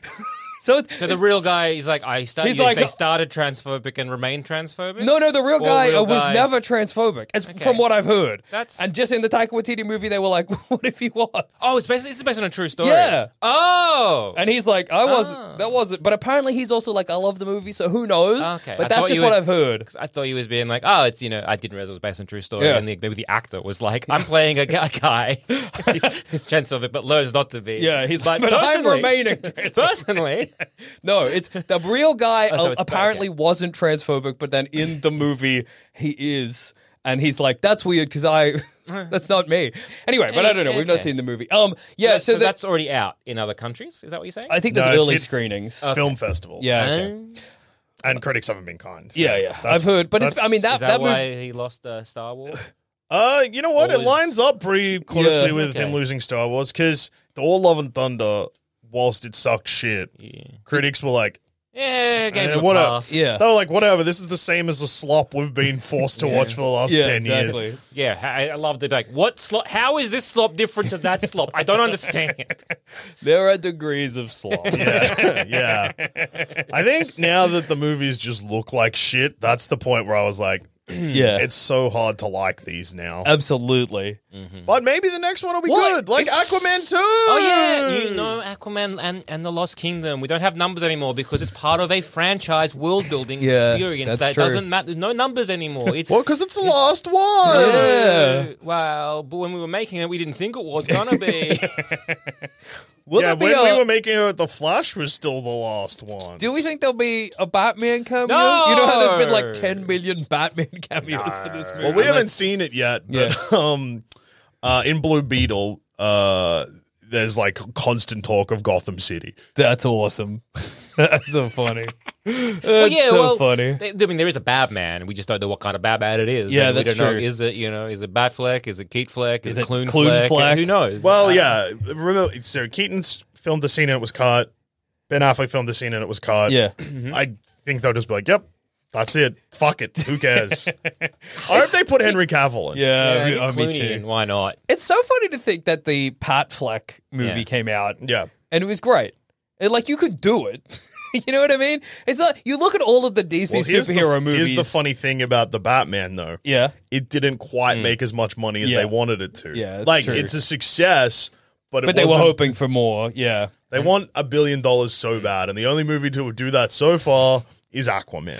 B: So, it's
A: So the real guy is like, I started.
B: He's like- uh,
A: they started transphobic and remained transphobic.
B: No, no, the real
A: Or
B: guy uh was
A: guy-
B: never transphobic, as
A: Okay.
B: from what I've heard.
A: That's-
B: and just in the Taika Waititi movie, they were like, "What if he was?"
A: Oh, it's based, this is based on a true story.
B: Yeah.
A: Oh.
B: And he's like, "I wasn't.
A: Ah.
B: That wasn't." But apparently, he's also like, "I love the movie, so who knows?"
A: Okay.
B: But
A: I
B: that's
A: thought
B: just
A: you
B: what
A: were-
B: I've heard.
A: 'Cause I thought he was being like, oh, it's you know, I didn't realize it was based on a true story,
B: Yeah.
A: and the, maybe the actor was like, I'm playing a, gu- a guy, he's, he's transphobic, but learns not to be.
B: Yeah, he's like, "But I'm
A: personally-
B: remaining
A: Personally,
B: No, it's the real guy
A: Oh, so
B: uh,
A: it's-
B: apparently
A: okay.
B: wasn't transphobic, but then in the movie, he is. And he's like, "That's weird because I, that's not me." Anyway, but I don't know. We've not
A: Okay.
B: seen the movie. Um, yeah.
A: so,
B: So, the-
A: that's already out in other countries. Is that what you're saying?
B: I think there's
C: No, it's-
B: early
C: it-
B: screenings. Uh,
C: Film festivals.
B: yeah. okay.
C: And critics haven't been kind. so
B: Yeah, yeah.
C: that's-
B: I've heard, but it's,
C: that's-
B: I mean that
A: is that,
B: that
A: why
B: movie.
A: he lost uh, Star Wars?
C: Uh, you know what?
A: Or
C: It
A: is-
C: lines up pretty closely
B: Yeah,
C: with
A: okay.
C: him losing Star Wars because the All Love and Thunder, whilst it sucked shit, critics were like,
A: yeah, gave
C: eh,
A: him Uh, a
C: what a-
A: pass.
B: Yeah.
C: they were like, whatever. This is the same as the slop we've been forced to watch for the last
B: Yeah,
C: ten
B: exactly.
C: years.
A: Yeah, I, I love the like. What slop? How is this slop different to that slop? I don't understand.
B: There are degrees of slop.
C: Yeah, yeah. I think now that the movies just look like shit, that's the point where I was like,
B: yeah,
C: it's so hard to like these now.
B: absolutely.
C: but maybe the next one will be
B: Um, What?
C: good, like Aquaman Two.
A: Oh yeah, you know Aquaman and, and the Lost Kingdom. We don't have numbers anymore because it's part of a franchise world building
B: Yeah,
A: experience
B: that's
A: that
B: true.
A: doesn't matter. No numbers anymore. It's
C: Well, because it's the last one.
A: Uh, well, but when we were making it, we didn't think it was gonna be.
B: Will
C: yeah,
B: there be
C: when
B: a-
C: we were making it, the Flash was still the last one.
B: do we think there'll be a Batman cameo?
A: No!
B: You know how there's been like 10 million Batman cameos for this movie.
C: well, we haven't seen it yet, but um, uh, in Blue Beetle, uh, there's like constant talk of Gotham City.
B: That's awesome. That's so funny. That's
A: well, yeah,
B: so
A: well,
B: funny.
A: they- I mean, there is a Batman. We just don't know what kind of Batman it is.
B: Yeah,
A: Like,
B: that's
A: we don't
B: true.
A: Know, is it you know? Is it Batfleck? Is it Keatfleck? Is,
B: Is
A: it
B: it
A: Clune
B: Clunefleck?
A: Fleck? Who knows?
B: Uh,
C: Well, yeah, remember, so Keaton's filmed the scene and it was cut. Ben Affleck filmed the scene and it was cut.
B: yeah.
C: I think they'll just be like, "Yep, that's it. Fuck it. Who cares?" or if they put Henry Cavill in.
B: Yeah,
A: yeah,
B: me- oh,
A: get
B: me
A: Clooney
B: too.
A: in, Why not?
B: It's so funny to think that the Pat Fleck movie
A: Yeah.
B: came out
C: yeah.
B: and it was great. And, like you could do it. you know what I mean? It's like you look at all of the DC
C: Well, here's the-
B: superhero movies.
C: Here's the funny thing about the Batman, though.
B: yeah.
C: it didn't quite make as much money as
B: Hmm. Yeah.
C: they wanted it to.
B: Yeah, that's
C: like
B: true.
C: it's a success, but it
B: But they were
C: wasn't-
B: hoping for more. Yeah.
C: they want a billion dollars
B: Hmm.
C: so bad, and the only movie to do that so far is Aquaman.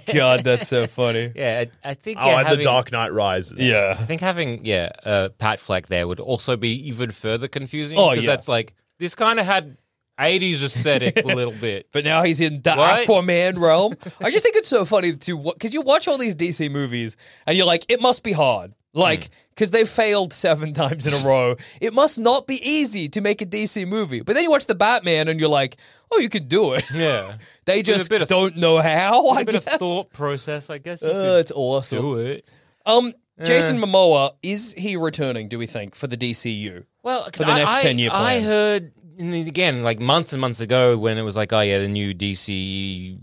B: Oh, God, that's so funny.
A: Yeah, I, I think.
C: oh,
A: yeah,
C: and
A: having,
C: The Dark Knight Rises.
A: I think having yeah uh, Pat Fleck there would also be even further confusing.
B: Oh,
A: 'cause
B: yeah.
A: that's like this kind of had '80s aesthetic a little bit.
B: But now he's in the
A: What?
B: Aquaman realm. I just think it's so funny to because you watch all these DC movies and you're like, it must be hard, like
A: Hmm.
B: because they've failed seven times in a row. It must not be easy to make a DC movie. But then you watch the Batman and you're like, oh, you could do it.
A: Yeah,
B: They
A: With a
B: just
A: bit of-
B: don't know how.
A: a
B: I
A: bit
B: guess.
A: of thought process, I guess. You
B: Uh,
A: could
B: it's awesome.
A: do it.
B: Um, Jason Momoa is he returning? Do we think for the DCU?
A: Well, because
B: the
A: I,
B: next
A: I,
B: 10-year
A: I
B: plan.
A: heard and then again like months and months ago when it was like, oh yeah, the new DCU.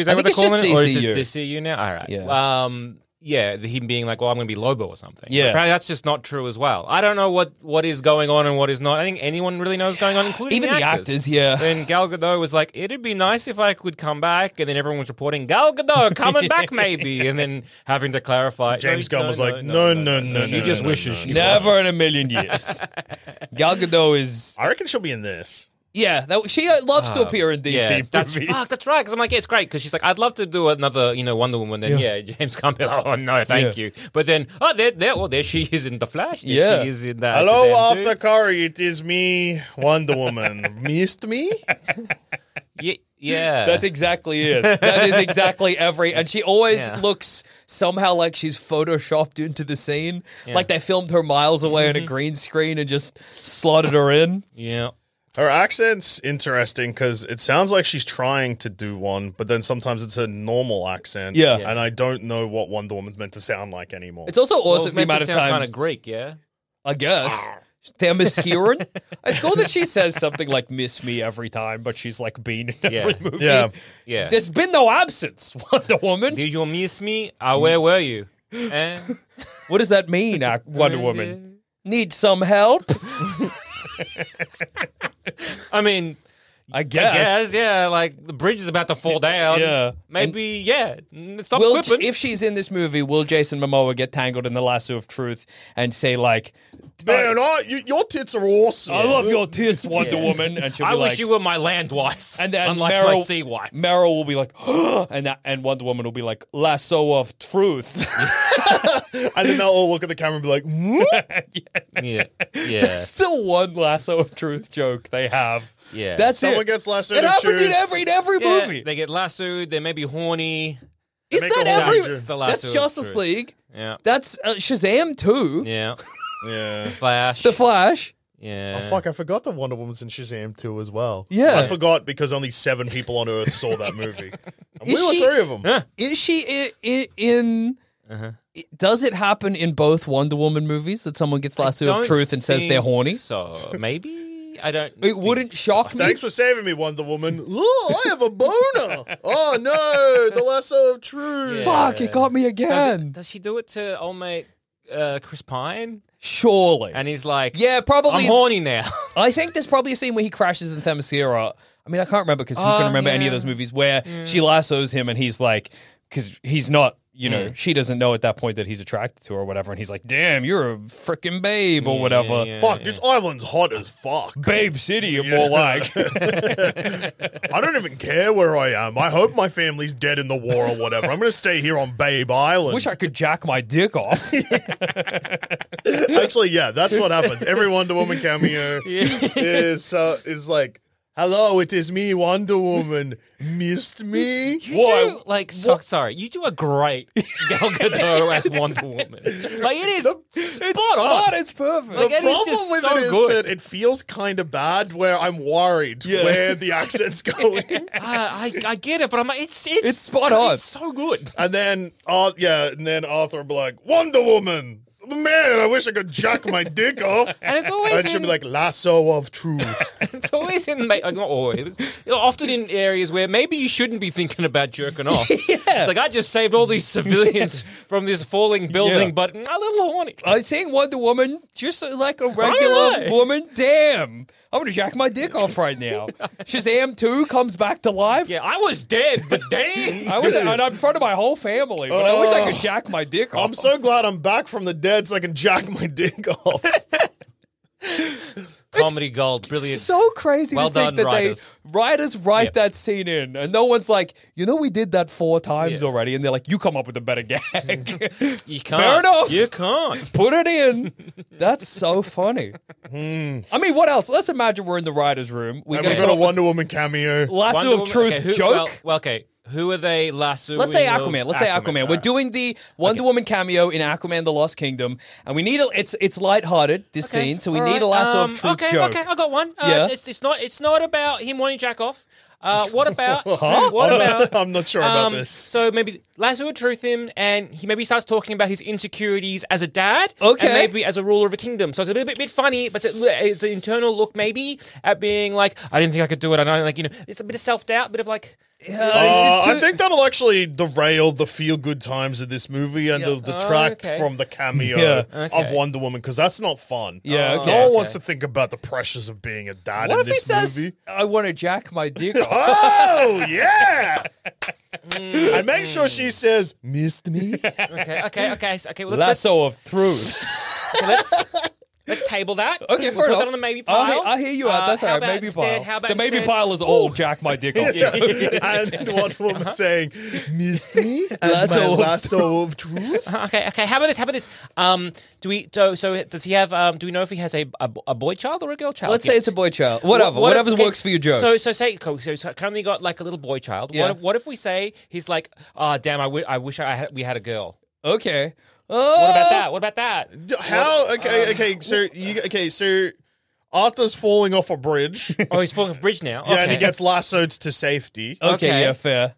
A: Is that
B: I
A: what
B: think
A: they're
B: it's just
A: calling it? Or is
B: DCU.
A: it DCU now? All right.
B: Yeah.
A: Um, yeah, the- him being like, "Well, I'm going to be Lobo or something."
B: Yeah.
A: apparently that's just not true as well. I don't know what what is going on and what is not. I think anyone really knows what's going on, including
B: Even the actors, yeah.
A: Then Gal Gadot was like, "It'd be nice if I could come back," and then everyone was reporting, "Gal Gadot coming back, maybe," and then having to clarify.
C: James
A: no,
C: Gunn was
A: no,
C: like, no, no, no, no.
A: She
C: no,
A: just
C: no,
A: wishes
C: no.
A: she was.
B: Never in a million years. Gal Gadot is
C: I reckon she'll be in this.
B: Yeah, that, she uh, loves to appear in DC
A: Yeah, that's
B: movies.
A: fuck, that's right. Because I'm like, yeah, it's great. Because she's like, I'd love to do another, you know, Wonder Woman. Then yeah, James Gunn. be like, Oh no, thank
B: Yeah.
A: you. But then, oh, there, there, oh, there she is in the Flash. There
B: Yeah.
A: she is in that.
C: Hello,
A: Shazam too.
C: Arthur Curry. It is me, Wonder Woman. Missed me?
A: Ye- Yeah,
B: That's exactly it. That is exactly every. And she always
A: Yeah.
B: looks somehow like she's photoshopped into the scene. Like they filmed her miles away on a green screen and just slotted her in.
A: Mm-hmm. yeah.
C: Her accent's interesting because it sounds like she's trying to do one, but then sometimes it's a normal accent.
B: Yeah.
C: And I don't know what Wonder Woman's meant to sound like anymore.
B: It's also
A: Well,
B: awesome the
A: meant
B: amount
A: to
B: of
A: sound
B: times.
A: kind of Greek, yeah.
B: I guess. Thamaskiran. it's cool that she says something like "miss me" every time, but she's like been in every
A: Yeah.
B: movie.
C: Yeah.
A: Yeah.
B: There's been no absence, Wonder Woman.
A: Did you miss me? Ah, where were you? Eh?
B: What does that mean, Ac- Wonder Woman? Need some help?
A: I mean,
B: I
A: I
B: guess.
A: guess, yeah. Like the bridge is about to fall down.
B: Yeah.
A: Maybe, yeah. mm, Stop
B: Will,
A: whipping.
B: if she's in this movie, will Jason Momoa get tangled in the lasso of truth and say like,
C: Man, I, you, your tits are awesome.
B: "I love your tits, Wonder Woman," and she'll be
A: I
B: like,
A: wish you were my land wife,
B: and then
A: unlike
B: Meryl,
A: my sea wife.
B: Meryl will be like, and that, and Wonder Woman will be like, "Lasso of truth."
C: And then they'll all look at the camera and be like, "Hmm?" "Whoop."
A: yeah, yeah.
B: That's the one lasso of truth joke they have.
A: Yeah.
B: that's
C: Someone
B: it.
C: gets lassoed
B: It
C: of
B: happened in
C: truth.
B: every in every
A: Yeah,
B: movie.
A: They get lassoed. They may be horny.
B: Is
C: make
B: that
C: a whole
B: every?
C: bunch
A: of- The lasso
B: That's
A: of
B: Justice
A: truth.
B: League.
A: Yeah.
B: That's uh, Shazam too.
A: Yeah.
C: Yeah.
A: Flash.
B: The Flash.
A: yeah.
C: Oh, fuck, I forgot that Wonder Woman's in Shazam 2 as well.
B: Yeah.
C: I forgot because only seven people on Earth saw that movie. And we
B: Is
C: were
B: she-
C: three of them.
B: Is she i i in? Does it happen in both Wonder Woman movies that someone gets lasso
A: Don't
B: of truth and says they're
A: think
B: horny?
A: So maybe I don't.
B: It wouldn't shock me.
C: Thanks for saving me, Wonder Woman. Oh, I have a boner. Oh, no. The lasso of truth.
B: Fuck! It got me
A: Does,
B: again.
A: it, does she do it to old mate uh, Chris Pine?
B: Surely.
A: And he's like,
B: yeah, probably.
A: I'm horny now.
B: I think there's probably a scene where he crashes in Themyscira. I mean, I can't remember because who
A: Oh,
B: can remember any
A: yeah.
B: of those movies where she lassos him and he's like, because he's not, you know, she doesn't know at that point that he's attracted to her or whatever, and he's like, "Damn, you're a freaking babe" or whatever.
C: Fuck, this island's hot as fuck.
B: Babe City, more like.
C: I don't even care where I am. I hope my family's dead in the war or whatever. I'm going to stay here on Babe Island.
B: Wish I could jack my dick off.
C: Actually, yeah, that's what happened. Every Wonder Woman cameo is uh, is like, "Hello, it is me, Wonder Woman. Missed me?"
A: You do, like, so- sorry, you do a great Gal Gadot as Wonder Woman. Like, it is spot on.
B: it's perfect.
A: Like,
C: the
A: it is
C: problem
A: just
C: with
A: so
C: it is
A: good.
C: that it feels kind of bad. Where I'm worried where the accent's going,
A: Uh, I, I, I get it, but I'm like, it's, it's,
B: It's spot on.
A: It's so good.
C: and then uh, yeah, and then Arthur will be like, "Wonder Woman." Man, I wish I could jack my dick off.
A: And it's always
C: And she'll be
A: in-
C: like, lasso of truth.
A: It's always in, ma- like, not always, it was- you know, often in areas where maybe you shouldn't be thinking about jerking off. It's like, I just saved all these civilians from this falling building,
B: Yeah.
A: but mm, a little horny.
B: I sing Wonder Woman just like a
A: I know.
B: regular woman. Damn. I'm going to jack my dick off right now. Shazam 2 comes back to life.
A: yeah, I was dead, but dang.
B: I wish, and I'm in front of my whole family, but I wish I could jack my dick
A: Oh,
B: off.
C: I'm so glad I'm back from the dead so I can jack my dick off.
A: Comedy gold, brilliant.
B: so crazy
A: Well
B: to
A: done,
B: think that
A: writers.
B: they writers write
A: Yep.
B: that scene in, and no one's like, you know, we did that four times
A: Yeah.
B: already, and they're like, you come up with a better gag,
A: you can't.
B: enough.
A: You can't.
B: put it in. That's so funny.
C: Hmm.
B: I mean, what else? Let's imagine we're in the writers' room. We
C: and
B: gotta
C: we've got a
B: come up
C: Wonder Woman cameo.
B: with lasso
A: Wonder
B: of
A: Woman-
B: truth
A: okay, who-
B: joke.
A: Well, well, okay. Who are they lassoing?
B: Let's say
A: of-
B: Aquaman. Let's say Aquaman.
A: all
B: We're
A: right.
B: doing the Wonder Woman cameo in Aquaman: The Lost Kingdom, and we need a, it's it's lighthearted this
A: Okay,
B: scene, so we
A: all
B: need
A: right.
B: a lasso
A: Um,
B: of truth
A: okay,
B: joke.
A: Okay, I got one. Uh,
B: Yeah.
A: it's, it's, it's not. It's not about him wanting jack off. Uh, what about?
C: Huh?
A: What
C: I'm not-
A: about?
C: I'm not sure about
A: um,
C: this.
A: So maybe lasso would truth him, and he maybe starts talking about his insecurities as a dad,
B: Okay.
A: and maybe as a ruler of a kingdom. So it's a little bit, bit funny, but it's, a, it's an internal look maybe at being like, I didn't think I could do it. And I like you know, it's a bit of self doubt, bit of like.
C: Uh,
B: Is it
C: I
B: too-
C: think that'll actually derail the feel good times of this movie and they'll detract
A: okay.
C: from the cameo
B: Oh, Yeah.
C: of Wonder Woman because that's not fun.
B: Yeah, okay,
C: no one
B: okay.
C: wants to think about the pressures of being a dad
B: What
C: in
B: if he
C: this
B: says,
C: movie.
B: "I want to jack my dick off"?
C: Oh yeah!
B: Mm.
C: and make sure she says, "Missed me."
A: Okay, okay, okay, so- okay. Well, let's,
B: Lasso of truth.
A: let's, Let's table that.
B: Okay,
A: we'll
B: fair
A: put
B: enough.
A: that on the maybe
B: I'll
A: pile.
B: hear- I'll hear you out.
A: Uh,
B: That's
A: how
B: all right.
A: about
B: Maybe
A: instead-
B: pile.
A: how about
B: The maybe
A: instead-
B: pile is all jack my dick off.
C: and one woman saying, "Missed me and
B: Lasso
C: my
B: of
C: lasso of truth."
A: Uh, okay, okay. How about this? How about this? Um, do we? So, so does he have? Um, do we know if he has a a, a boy child or a girl child?
B: Let's
A: here?
B: say it's a boy child. Whatever.
A: What- what if-
B: Whatever
A: okay,
B: works for you, Joe.
A: So, so say, so, so currently got like a little boy child.
B: Yeah.
A: What, if, what if we say he's like, oh, damn, I wi- I wish I had, we had a girl.
B: okay. Uh,
A: What about that? What about that?
C: How? Okay, okay. So you okay? So Arthur's falling off a bridge. Yeah,
A: Oh, he's falling off a bridge now.
C: and he
A: Okay.
C: gets lassoed to safety.
B: Oh, Okay,
A: Okay.
B: yeah, fair.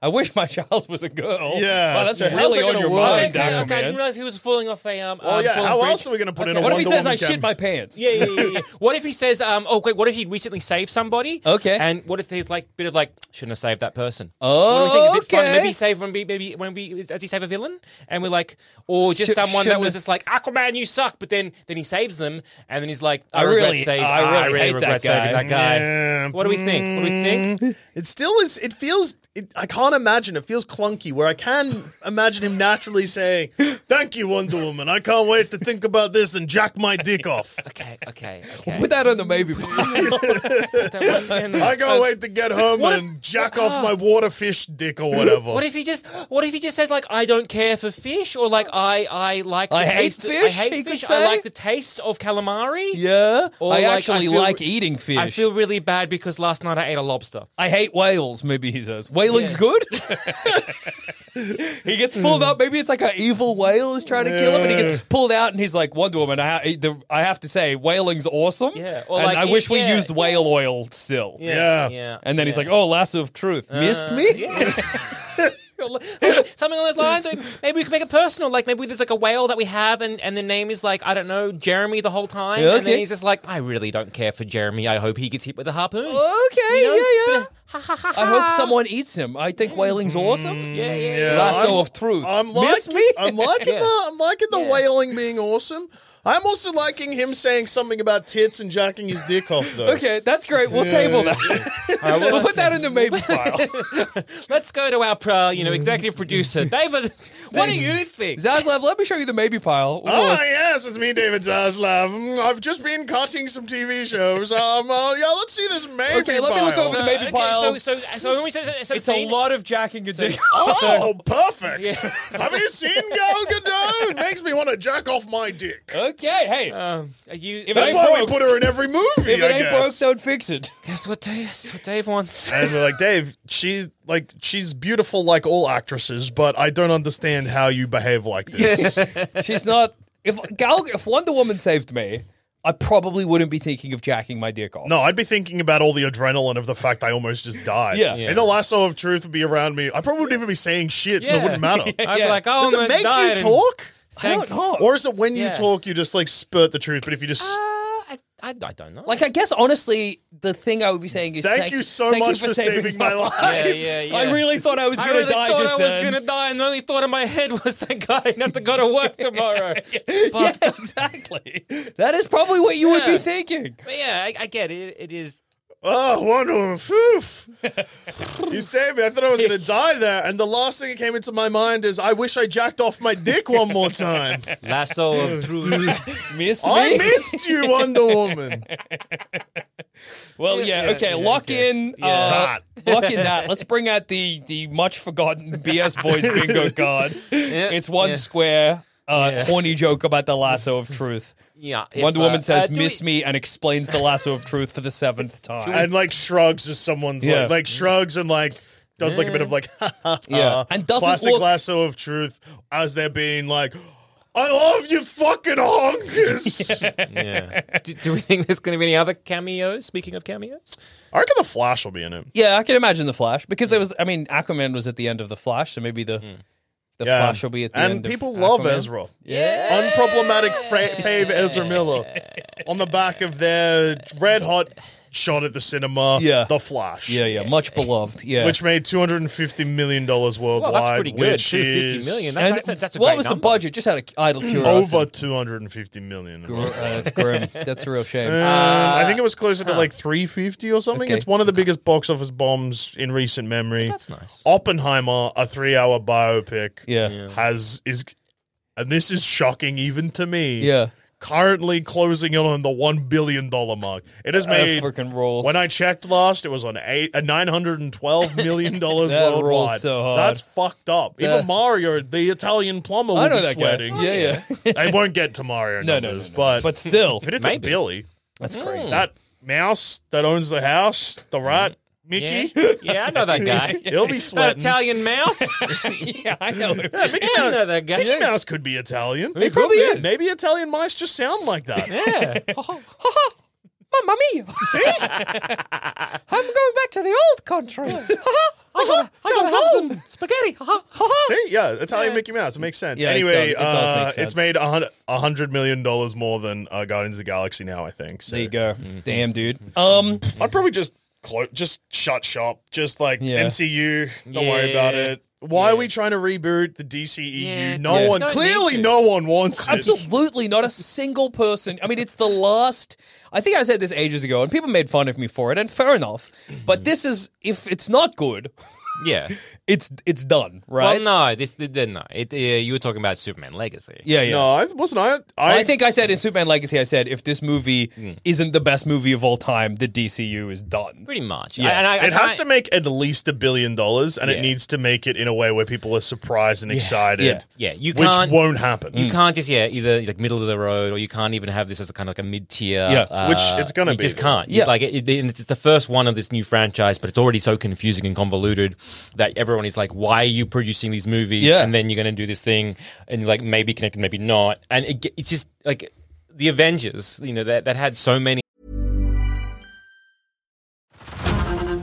B: I wish my child was a girl.
C: Yeah,
B: Wow, that's
C: so how's
B: really
C: that
B: on
C: gonna
B: your
C: work?
B: mind,
A: Okay, okay,
B: Aquaman.
A: okay, I didn't realize he was falling off a um.
C: Well,
A: um,
C: yeah.
A: falling
C: How
A: bridge.
C: else are we going to put in a
B: What if
C: Wonder
B: he says
C: Woman
B: I shit
C: camp?
B: my pants?
A: Yeah, yeah, yeah, yeah. what if he says, um, oh wait, what if he recently saved somebody?
B: Okay.
A: And what if there's like bit of like shouldn't have saved that person?
B: Oh,
A: What do we think? A bit fun.
B: okay.
A: Maybe he saved when we maybe when we does he save a villain? And we're like, or just
B: Should-
A: someone that
B: shouldn't
A: was
B: have-
A: just like Aquaman, you suck. But then then he saves them, and then he's like, I,
B: I
A: regret
B: really-
A: saving.
B: I really hate that
A: regret saving
B: guy.
A: that guy.
C: Yeah.
A: What do we think? What do we think?
C: It still is. It feels. It, I can't imagine. It feels clunky. Where I can imagine him naturally saying, "Thank you, Wonder Woman. I can't wait to think about this and jack my dick off.
A: Okay, okay, okay.
B: Put that on Mm-hmm. the maybe pile.
C: I can't wait to get home and jack
B: Ah.
C: off my water fish dick or whatever."
A: What if he just What if he just says like I don't care for fish or like I I like the
B: I hate
A: taste I
B: fish, he
A: hate
B: could
A: fish
B: say.
A: I like the taste of calamari
B: yeah.
A: Or
B: I
A: like, I
B: actually
A: feel-
B: like eating fish.
A: I feel really bad because last night I ate a lobster.
B: I hate whales, maybe he says. Whaling's
A: Yeah.
B: good? he gets pulled up. Maybe it's like an evil whale is trying to kill him, and he gets pulled out, and he's like, Wonder Woman, I, ha- the, I have to say, whaling's awesome.
A: Yeah, or
B: and
A: like
B: I
A: it-
B: wish we
A: yeah,
B: used whale oil still.
C: Yeah.
A: yeah. Uh,
B: And then he's like, oh, lasso of truth. Missed me?
A: Something along those lines. Or Maybe we could make it personal. Like maybe there's like a whale that we have, and, and the name is like I don't know Jeremy the whole time,
B: Yeah,
A: and then
B: okay.
A: he's just like, I really don't care for Jeremy. I hope he gets hit with a harpoon.
B: Okay,
A: You know?
B: yeah, yeah.
A: Ha ha ha. Mm.
B: I hope someone eats him. I think whaling's awesome.
A: Yeah, yeah, yeah.
B: Lasso
C: I'm-
B: of truth.
C: I'm liking,
B: Miss me?
C: I'm liking
A: Yeah.
C: the I'm liking the
A: Yeah.
C: whaling being awesome. I'm also liking him saying something about tits and jacking his dick off though.
B: okay, that's great. We'll table that. we'll put that in the maybe file.
A: Let's go to our uh, you know executive producer David. What do you think? Uh,
B: Zaslav, let me show you the maybe pile.
C: Oh
B: Well,
C: yes, it's me, David Zaslav. Mm, I've just been cutting some TV shows. Um, uh, yeah, let's see this maybe.
B: Okay, let me look
C: pile.
B: over the maybe
A: okay,
B: pile.
A: So so so when we say so
B: It's a
A: scene-
B: lot of jacking a dick.
C: Oh, perfect! Have you seen Gal Gadot? It makes me want to jack off my dick.
B: Okay, hey.
A: Um, are you?
B: it
C: That's
B: ain't
C: why we
B: broke-
C: put her in every movie.
B: if
C: Uh, I
B: it ain't broke,
C: guess.
B: don't fix it.
A: Guess what Dave? That's what Dave wants.
C: and we're like, Dave, she's like, she's beautiful like all actresses, but I don't understand how you behave like this.
B: She's not. If Gal, if Wonder Woman saved me, I probably wouldn't be thinking of jacking my dick off.
C: No, I'd be thinking about all the adrenaline of the fact I almost just died.
B: Yeah. Yeah.
C: And the lasso of truth would be around me. I probably wouldn't even be saying shit, so it
A: Yeah.
C: wouldn't matter.
A: I'd be
B: Yeah.
A: like, oh,
C: Does it
A: almost
C: make
A: died
C: you
A: and-
C: talk?
A: Thank- I don't know.
C: Or is it when you
A: Yeah.
C: talk, you just like spurt the truth? But if you just.
A: Uh, I, I, I don't know.
B: Like, I guess honestly, the thing I would be saying is
C: Thank you so
B: thank
C: much for saving my life.
A: yeah, yeah, yeah.
B: I really thought I was
A: I
B: going to
A: really
B: die
A: thought
B: just
A: I was
B: then.
A: gonna die, and the only thought in my head was, "Thank God I have to go to work tomorrow."
B: yeah,
A: Fuck.
B: exactly. That is probably what you would be
A: Yeah.
B: thinking.
A: But yeah, I, I get it. It is.
C: Oh, Wonder Woman, phew. you saved me. I thought I was going to die there. And the last thing that came into my mind is I wish I jacked off my dick one more time.
A: Lasso of truth.
B: Miss
C: I
B: me?
C: missed you, Wonder Woman.
B: Well, yeah,
A: yeah,
B: okay.
A: yeah,
B: lock
A: okay.
B: in
C: Yeah.
B: Uh, lock in that. Let's bring out the the much forgotten BS Boys bingo card. It's one
A: yeah.
B: square. Uh,
A: Yeah.
B: Horny joke about the lasso of truth.
A: yeah. if,
B: Wonder
A: uh,
B: Woman says,
A: uh, do
B: "Miss
A: we-
B: me," and explains the lasso of truth for the seventh time.
C: And like shrugs as someone's
B: Yeah.
C: like, like shrugs and like does like a bit of like ha ha
B: Yeah.
C: yeah
B: And doesn't
C: classic
B: look-
C: lasso of truth as they're being like I love you fucking honkers.
A: Yeah. do, do we think there's going to be any other cameos? Speaking of cameos,
C: I reckon the Flash will be in it.
B: yeah, I can imagine the Flash because
A: Hmm.
B: there was. I mean, Aquaman was at the end of the Flash, so maybe the the
C: Yeah.
B: Flash will be at the
C: and
B: end. of
C: people love
B: Aquaman.
C: Ezra.
B: Yeah.
C: Unproblematic fra- fave Ezra Miller on the back of their red hot shot at the cinema.
B: Yeah.
C: the Flash.
B: Yeah, yeah, much beloved. Yeah,
C: Which made two hundred and fifty million dollars worldwide.
A: well, that's pretty good.
C: Which
A: Two fifty
C: is
A: million.
B: and
A: That's, that's, a, that's a
B: what
A: great
B: was the
A: number.
B: budget? Just out of idle curiosity.
C: over two hundred and fifty million.
B: Gr- uh, that's grim. That's a real shame.
C: Um, I think it was closer to like 350 or something.
B: Okay.
C: It's one of the biggest box office bombs in recent memory.
A: That's nice.
C: Oppenheimer, a three-hour biopic,
B: Yeah. Yeah.
C: has is, and this is shocking even to me.
B: yeah.
C: currently closing in on the one billion dollar mark. It has made
B: freaking rules.
C: When I checked last, it was on eight a nine hundred and twelve million dollars
B: That
C: worldwide.
B: rules so hard.
C: That's fucked up.
B: Yeah.
C: Even Mario, the Italian plumber, will
B: I know
C: be
B: that guy.
C: sweating.
B: Yeah, yeah.
C: they won't get to Mario
B: No, no, no,
C: numbers,
B: no.
C: but
B: But still,
C: if it's a
A: maybe.
C: Billy,
A: That's crazy.
C: that mouse that owns the house,
B: Mm-hmm.
C: the rat, Mickey.
A: Yeah. yeah, I know that guy.
C: He'll be
A: That
C: sweating.
A: Italian mouse.
B: yeah, I know.
C: Mickey
A: Yeah, I
C: Mouse,
A: know that guy.
C: Mickey Mouse could be Italian.
B: He probably is.
C: Maybe Italian mice just sound like that.
A: Yeah.
B: Mamma mia! I'm going back to the old country. I got some spaghetti.
C: See, yeah, Italian Mickey Mouse. It makes sense.
B: Yeah, it
C: anyway,
B: does- it does
C: uh,
B: make sense.
C: it's made a hun- a hundred million dollars more than uh, Guardians of the Galaxy now. I think. So
B: There you go. Damn, dude. Um,
C: I'd probably just clo- just shut shop. Just like
B: Yeah.
C: MCU. Don't worry about
A: Yeah.
C: it. Why are we trying to reboot the DCEU?
A: Yeah.
C: No
A: Yeah.
C: one,
A: Don't need
C: clearly,
A: to.
C: no one wants it.
B: Absolutely not a single person. I mean, it's the last. I think I said this ages ago, and people made fun of me for it, and fair enough. But this is if it's not good,
A: yeah.
B: it's it's done, right?
A: Well, no, this th- th- no. It, uh, you were talking about Superman Legacy.
B: Yeah, yeah.
C: No, I wasn't. I, I,
B: I, think I said in Superman Legacy, I said if this movie isn't the best movie of all time, the DCU is done.
A: pretty much.
B: Yeah.
A: I- and I-
C: it
A: I
C: has
A: can't-
C: to make at least a billion dollars, and
A: Yeah.
C: it needs to make it in a way where people are surprised and excited.
B: Yeah.
A: Yeah, you
C: which
A: can't-
C: won't happen.
B: Mm.
A: You can't just yeah either like middle of the road or you can't even have this as a kind of like a mid tier.
B: Yeah,
C: which it's gonna
A: you
C: be.
A: just can't.
B: Yeah.
A: Yeah, like it, it- it's the first one of this new franchise, but it's already so confusing and convoluted that everyone is like, "Why are you producing these movies?"
B: Yeah.
A: and then you're going to do this thing and like maybe connected, maybe not, and it, ge- it's just like the Avengers. You know that that had so many.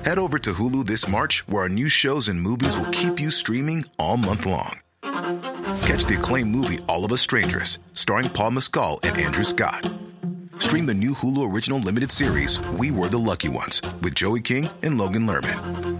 D: Head over to Hulu this March, where our new shows and movies will keep you streaming all month long. Catch the acclaimed movie All of Us Strangers, starring Paul Mescal and Andrew Scott. Stream the new Hulu original limited series We Were the Lucky Ones with Joey King and Logan Lerman.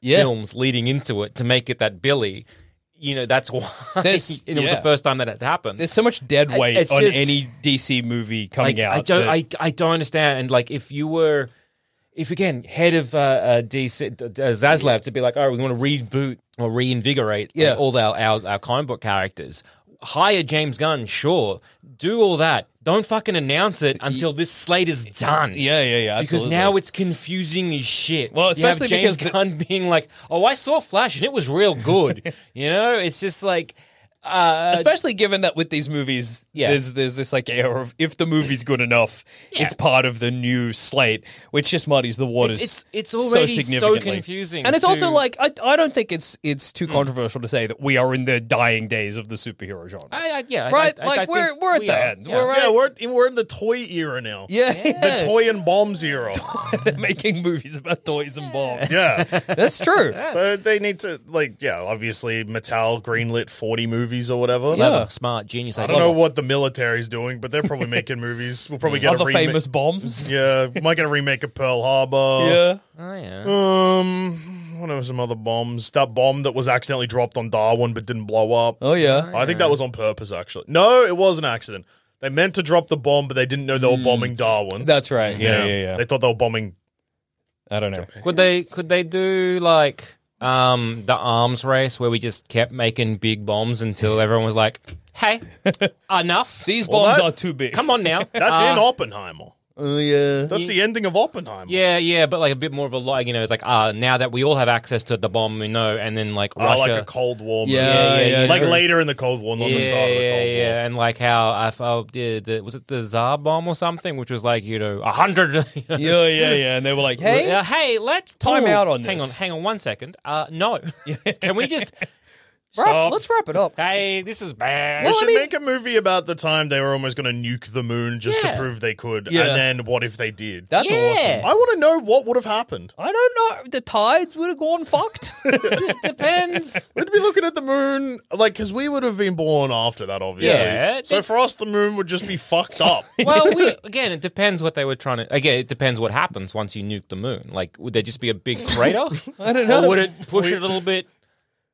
B: Yeah.
A: films leading into it to make it that Billy. You know that's why
B: There's-
A: and it was
B: yeah.
A: the first time that had happened.
B: There's so much dead
A: I-
B: weight
A: it's
B: on
A: just-
B: any DC movie coming
A: Like,
B: out.
A: I don't,
B: that-
A: I, I don't understand. And like, if you were, if again, head of uh, uh, DC, uh, Zaslav, to be like, all right, we want to reboot or reinvigorate like,
B: Yeah.
A: all our, our our comic book characters. Hire James Gunn, sure. Do all that. Don't fucking announce it until this slate is done.
B: Yeah, yeah, yeah,
A: Because
B: absolutely.
A: now it's confusing as shit.
B: Well,
A: You have
B: especially
A: James
B: because the-
A: Gunn being like, "Oh, I saw Flash and it was real good." you know, it's just like, uh,
B: especially given that with these movies,
A: Yeah.
B: there's there's this like air of if the movie's good enough, it's part of the new slate, which just muddies the waters.
A: it's- it's already so
B: significantly.
A: confusing
B: and it's also
A: to-
B: like I, I don't think it's it's too controversial to say that we are in the dying days of the superhero genre.
A: I, I, yeah, I-
B: right?
A: I- I
B: like
A: think
B: we're we're at
A: we
B: the
A: are.
B: end.
A: Yeah.
B: We're
C: Yeah,
B: at,
C: we're in- we're in the toy era now.
B: yeah,
C: The toy and bombs era.
B: They're making movies about toys and bombs.
C: Yeah.
B: That's true.
C: but they need to like yeah, obviously Mattel greenlit 40 movies or whatever.
A: Clever, smart, genius.
C: I don't know what the military's doing, but they're probably making movies. We'll probably get
B: Other
C: a remake.
B: famous bombs.
C: Yeah, might get a remake of Pearl Harbor.
B: Yeah.
A: Oh, yeah.
C: Um, what are some other bombs? That bomb that was accidentally dropped on Darwin but didn't blow up.
B: Oh yeah.
C: I think that was on purpose, actually. No, it was an accident. They meant to drop the bomb, but they didn't know they were bombing Darwin.
B: Hmm. That's right. Yeah, yeah, yeah.
C: They thought they were bombing.
B: I don't know.
A: Could they could they do like um the arms race where we just kept making big bombs until everyone was like, "Hey, enough!
B: These
C: Well,
B: bombs
C: that-
B: are too big.
A: Come on now!"
C: That's
B: Ah.
A: Uh,
C: in Oppenheimer.
B: Oh yeah.
C: That's the ending of Oppenheimer.
A: Yeah, yeah, but like a bit more of a like, you know, it's like ah, now that we all have access to the bomb, we know, and then like
C: Ah,
A: Russia,
C: like a Cold War movie.
B: Yeah,
A: Yeah, yeah, yeah,
C: like
A: true.
C: later in the Cold War, not
A: yeah,
C: the start of the
A: yeah,
C: Cold War.
A: yeah, and like how I felt, yeah, the, was it the Tsar bomb or something, which was like you know a hundred. you know,
B: Yeah, yeah, yeah. And they were like, hey,
A: Uh, hey, let's
B: Time
A: Ooh,
B: out on
A: hang
B: this.
A: on, hang on one second. Uh, no, can we just?
B: Wrap,
A: Stop.
B: let's wrap it up.
A: Hey, this is bad.
C: They
B: Well, I
C: should
B: mean-
C: make a movie about the time they were almost going to nuke the moon just
A: Yeah.
C: to prove they could,
B: Yeah.
C: and then what if they did?
B: That's
A: Yeah.
B: awesome.
C: I want to know what would have happened.
B: I don't know. The tides would have gone fucked. it depends.
C: We'd be looking at the moon, like, because we would have been born after that, obviously.
A: Yeah.
C: So for us, the moon would just be fucked up.
A: well, we, again, it depends what they were trying to. Again, it depends what happens once you nuke the moon. Like, would there just be a big crater?
B: I don't know.
A: Or would it push it a little bit?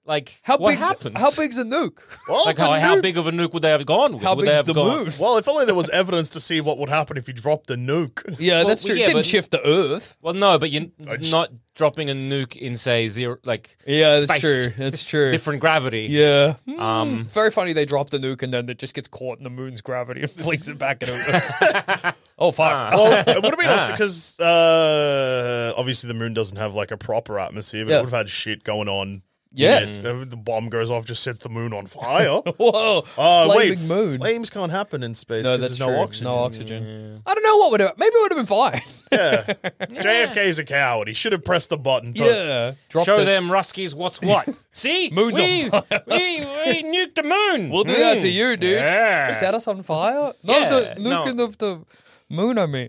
A: Like,
B: How
A: what
B: big?
A: happens?
B: How big's a nuke?
C: Well,
A: Like,
C: the
A: how, how
C: nuke-
A: big of a nuke would they have gone with?
B: How
A: would they
B: big's
A: have
B: the
A: gone?
B: moon?
C: Well, if only there was evidence to see what would happen if you dropped a nuke.
B: Yeah,
A: Well,
B: that's true.
A: yeah,
B: it didn't
A: but-
B: shift the Earth.
A: Well, no, but you're not dropping a nuke in, say, zero, like,
B: Yeah, that's
A: space.
B: true. That's true.
A: Different gravity.
B: Yeah.
A: Um,
B: Hmm. Very funny they dropped the nuke and then it just gets caught in the moon's gravity and flings it back at Earth. oh,
A: Ah.
B: fuck.
C: well, it would have been
B: Ah.
C: awesome because uh, obviously the moon doesn't have like a proper atmosphere, but
B: Yeah.
C: it would have had shit going on.
B: Yeah.
C: Uh, the bomb goes off, just sets the moon on fire.
B: Whoa.
C: Uh,
B: Flaming
C: wait,
B: moon.
C: flames can't happen in space.
B: no,
C: 'cause there's
B: that's
C: no
B: true.
C: oxygen.
B: No oxygen. I don't know what would have. Maybe it would have been fine.
C: JFK's a coward. He should have pressed the button. to-
B: yeah. Drop
A: Show
B: the-
A: them Ruskies what's what. See?
B: Moon's on
A: we, we, we nuked the moon.
B: We'll do that to you, dude.
A: Hmm. Yeah.
B: Set us on fire? No,
A: Yeah,
B: the
A: no.
B: nuke and of the moon, I mean.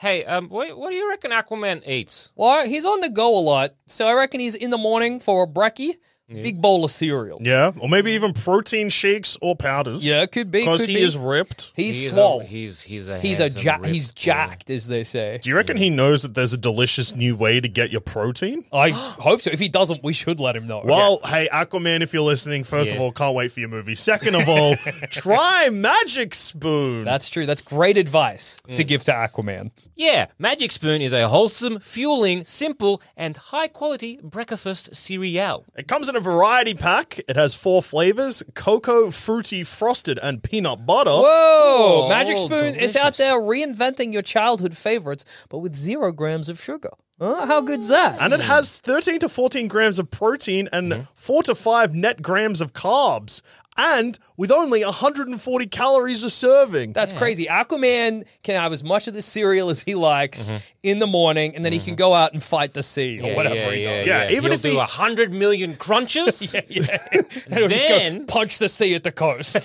A: Hey, um, what, what do you reckon Aquaman eats?
B: Well, he's on the go a lot, so I reckon he's in the morning for a brekkie, big bowl of cereal.
C: Yeah, or maybe even protein shakes or powders.
B: Yeah, it could be.
C: because
B: could
C: he
B: be.
C: is ripped.
B: He's,
A: He's
B: swole.
A: a, he's he's a
B: he's a
A: handsome,
B: ja-
A: ripped
B: he's
A: boy.
B: jacked, as they say.
C: Do you reckon he knows that there's a delicious new way to get your protein?
B: I hope so. If he doesn't, we should let him know.
C: Well, hey, Aquaman, if you're listening, first of
A: Yeah.
C: all, can't wait for your movie. Second of all, try Magic Spoon.
B: that's true. That's great advice to give to Aquaman.
A: Yeah, Magic Spoon is a wholesome, fueling, simple, and high quality breakfast cereal.
C: it comes in a variety pack. It has four flavors cocoa, fruity, frosted, and peanut butter.
B: Whoa! Magic
A: oh,
B: Spoon is out
A: delicious.
B: there reinventing your childhood favorites, but with zero grams of sugar. Huh? How good's that?
C: And it has 13 to 14 grams of protein and 4 to 5 net grams of carbs. And with only 140 calories a serving.
B: That's crazy. Aquaman can have as much of the cereal as he likes in the morning, and then he can go out and fight the sea or whatever he does.
C: Yeah, even
A: He'll
C: if
A: do
C: he-
A: a hundred million crunches.
B: He'll just go
A: Then-
B: punch the sea at the coast.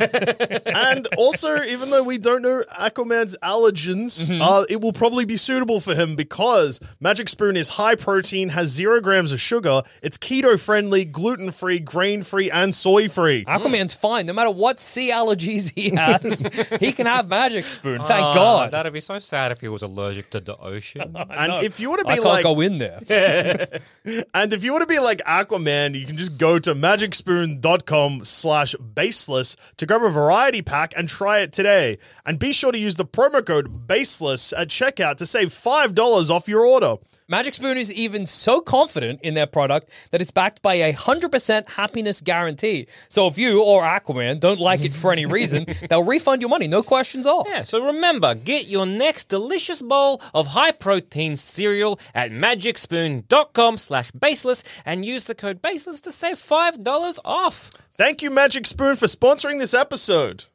C: and also, even though we don't know Aquaman's allergens,
B: Mm-hmm.
C: uh, it will probably be suitable for him because Magic Spoon is high protein, has zero grams of sugar, it's keto friendly, gluten free, grain free, and soy free.
B: Aquaman's fine. No matter what sea allergies he has, he can have Magic Spoon. Thank
A: Ah,
B: God.
A: that'd be so sad if he was allergic to the ocean.
C: And if you want to
B: I
C: be
B: can't
C: like,
B: go in there.
C: and if you want to be like Aquaman, you can just go to magicspoon.com slash baseless to grab a variety pack and try it today. And be sure to use the promo code baseless at checkout to save $5 off your order.
B: Magic Spoon is even so confident in their product that it's backed by a 100% happiness guarantee. So if you or Aquaman don't like it for any reason, they'll refund your money, no questions asked.
A: Yeah, so remember, get your next delicious bowl of high protein cereal at magicspoon.com slash baseless and use the code baseless to save $5 off.
C: Thank you, Magic Spoon, for sponsoring this episode.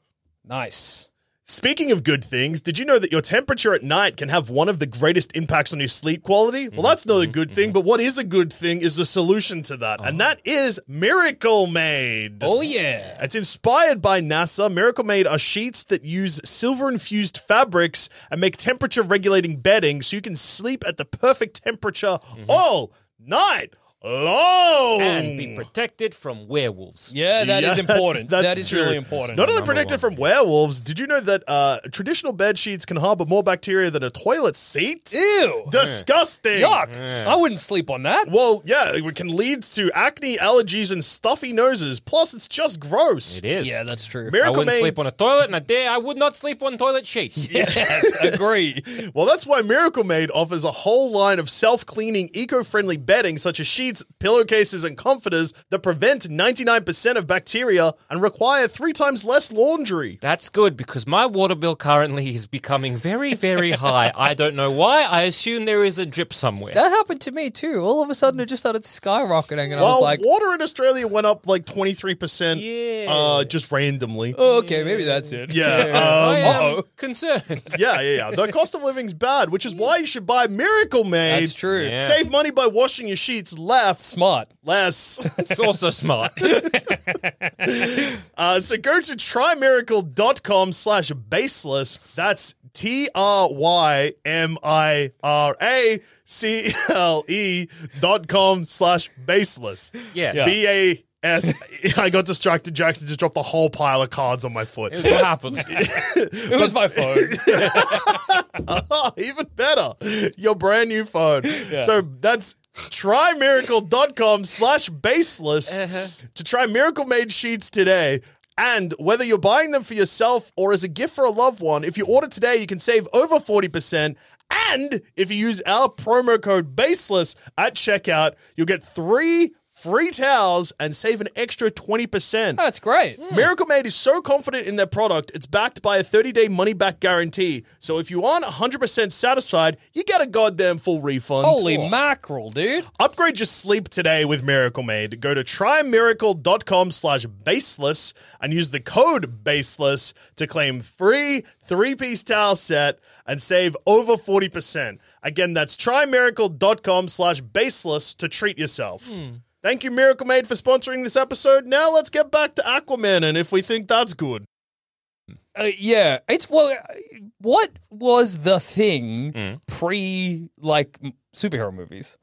B: Nice.
C: Speaking of good things, did you know that your temperature at night can have one of the greatest impacts on your sleep quality? Well, that's not a good thing, but what is a good thing is the solution to that, and that is Miracle Made.
B: Oh, yeah.
C: It's inspired by NASA. Miracle Made are sheets that use silver infused fabrics and make temperature regulating bedding so you can sleep at the perfect temperature all night long.
A: And be protected from werewolves.
B: Yeah, that is
C: Yeah, that's-
B: important.
C: That's
B: that is
C: true.
B: really important.
C: Not only protected from werewolves, did you know that uh, traditional bed sheets can harbor more bacteria than a toilet seat?
B: Ew.
C: Disgusting.
B: Yuck. I wouldn't sleep on that.
C: Well, yeah, it can lead to acne, allergies, and stuffy noses. Plus, it's just gross.
A: It is.
B: Yeah, that's true.
A: I
C: Miracle
A: wouldn't
C: Made.
A: sleep on a toilet, and I dare I would not sleep on toilet sheets.
B: Yes, agree.
C: well, that's why Miracle Made offers a whole line of self-cleaning, eco-friendly bedding such as sheets, pillowcases, and comforters that prevent 99% of bacteria and require three times less laundry.
A: That's good because my water bill currently is becoming very, very high. I don't know why. I assume there is a drip somewhere.
B: That happened to me too. All of a sudden, it just started skyrocketing, and I was
C: Well,
B: like,
C: water in Australia went up like 23% uh, just randomly.
B: oh, okay, maybe that's it.
C: Yeah.
A: I
C: Um,
A: am
B: uh-oh.
A: concerned.
C: yeah, yeah, yeah. The cost of living's bad, which is why you should buy Miracle Made.
B: That's true.
A: Yeah.
C: Save money by washing your sheets left,
B: Smart.
C: less.
A: It's also smart.
C: Uh, so go to trymiracle.com slash baseless. That's T R Y M I R A C L E dot com slash baseless.
A: Yes.
C: B A S. E. I got distracted. Jackson just dropped a whole pile of cards on my foot.
A: It was what happens.
B: It was my phone.
C: Even better. Your brand new phone. So that's trymiracle.com slash baseless to try miracle made sheets today. And whether you're buying them for yourself or as a gift for a loved one, if you order today, you can save over 40%. And if you use our promo code baseless at checkout, you'll get three free towels and save an extra 20%.
B: That's great.
C: Miracle Made is so confident in their product, it's backed by a 30 day money back guarantee. So if you aren't 100% satisfied, you get a goddamn full refund.
B: Holy mackerel, dude.
C: Upgrade your sleep today with Miracle Made. Go to trymiracle.com slash baseless and use the code baseless to claim free three piece towel set and save over 40%. Again, that's trymiracle.com slash baseless to treat yourself. Thank you, Miracle Made, for sponsoring this episode. Now let's get back to Aquaman and if we think that's good.
B: Uh, yeah, it's well. uh, What was the thing pre like m- superhero movies?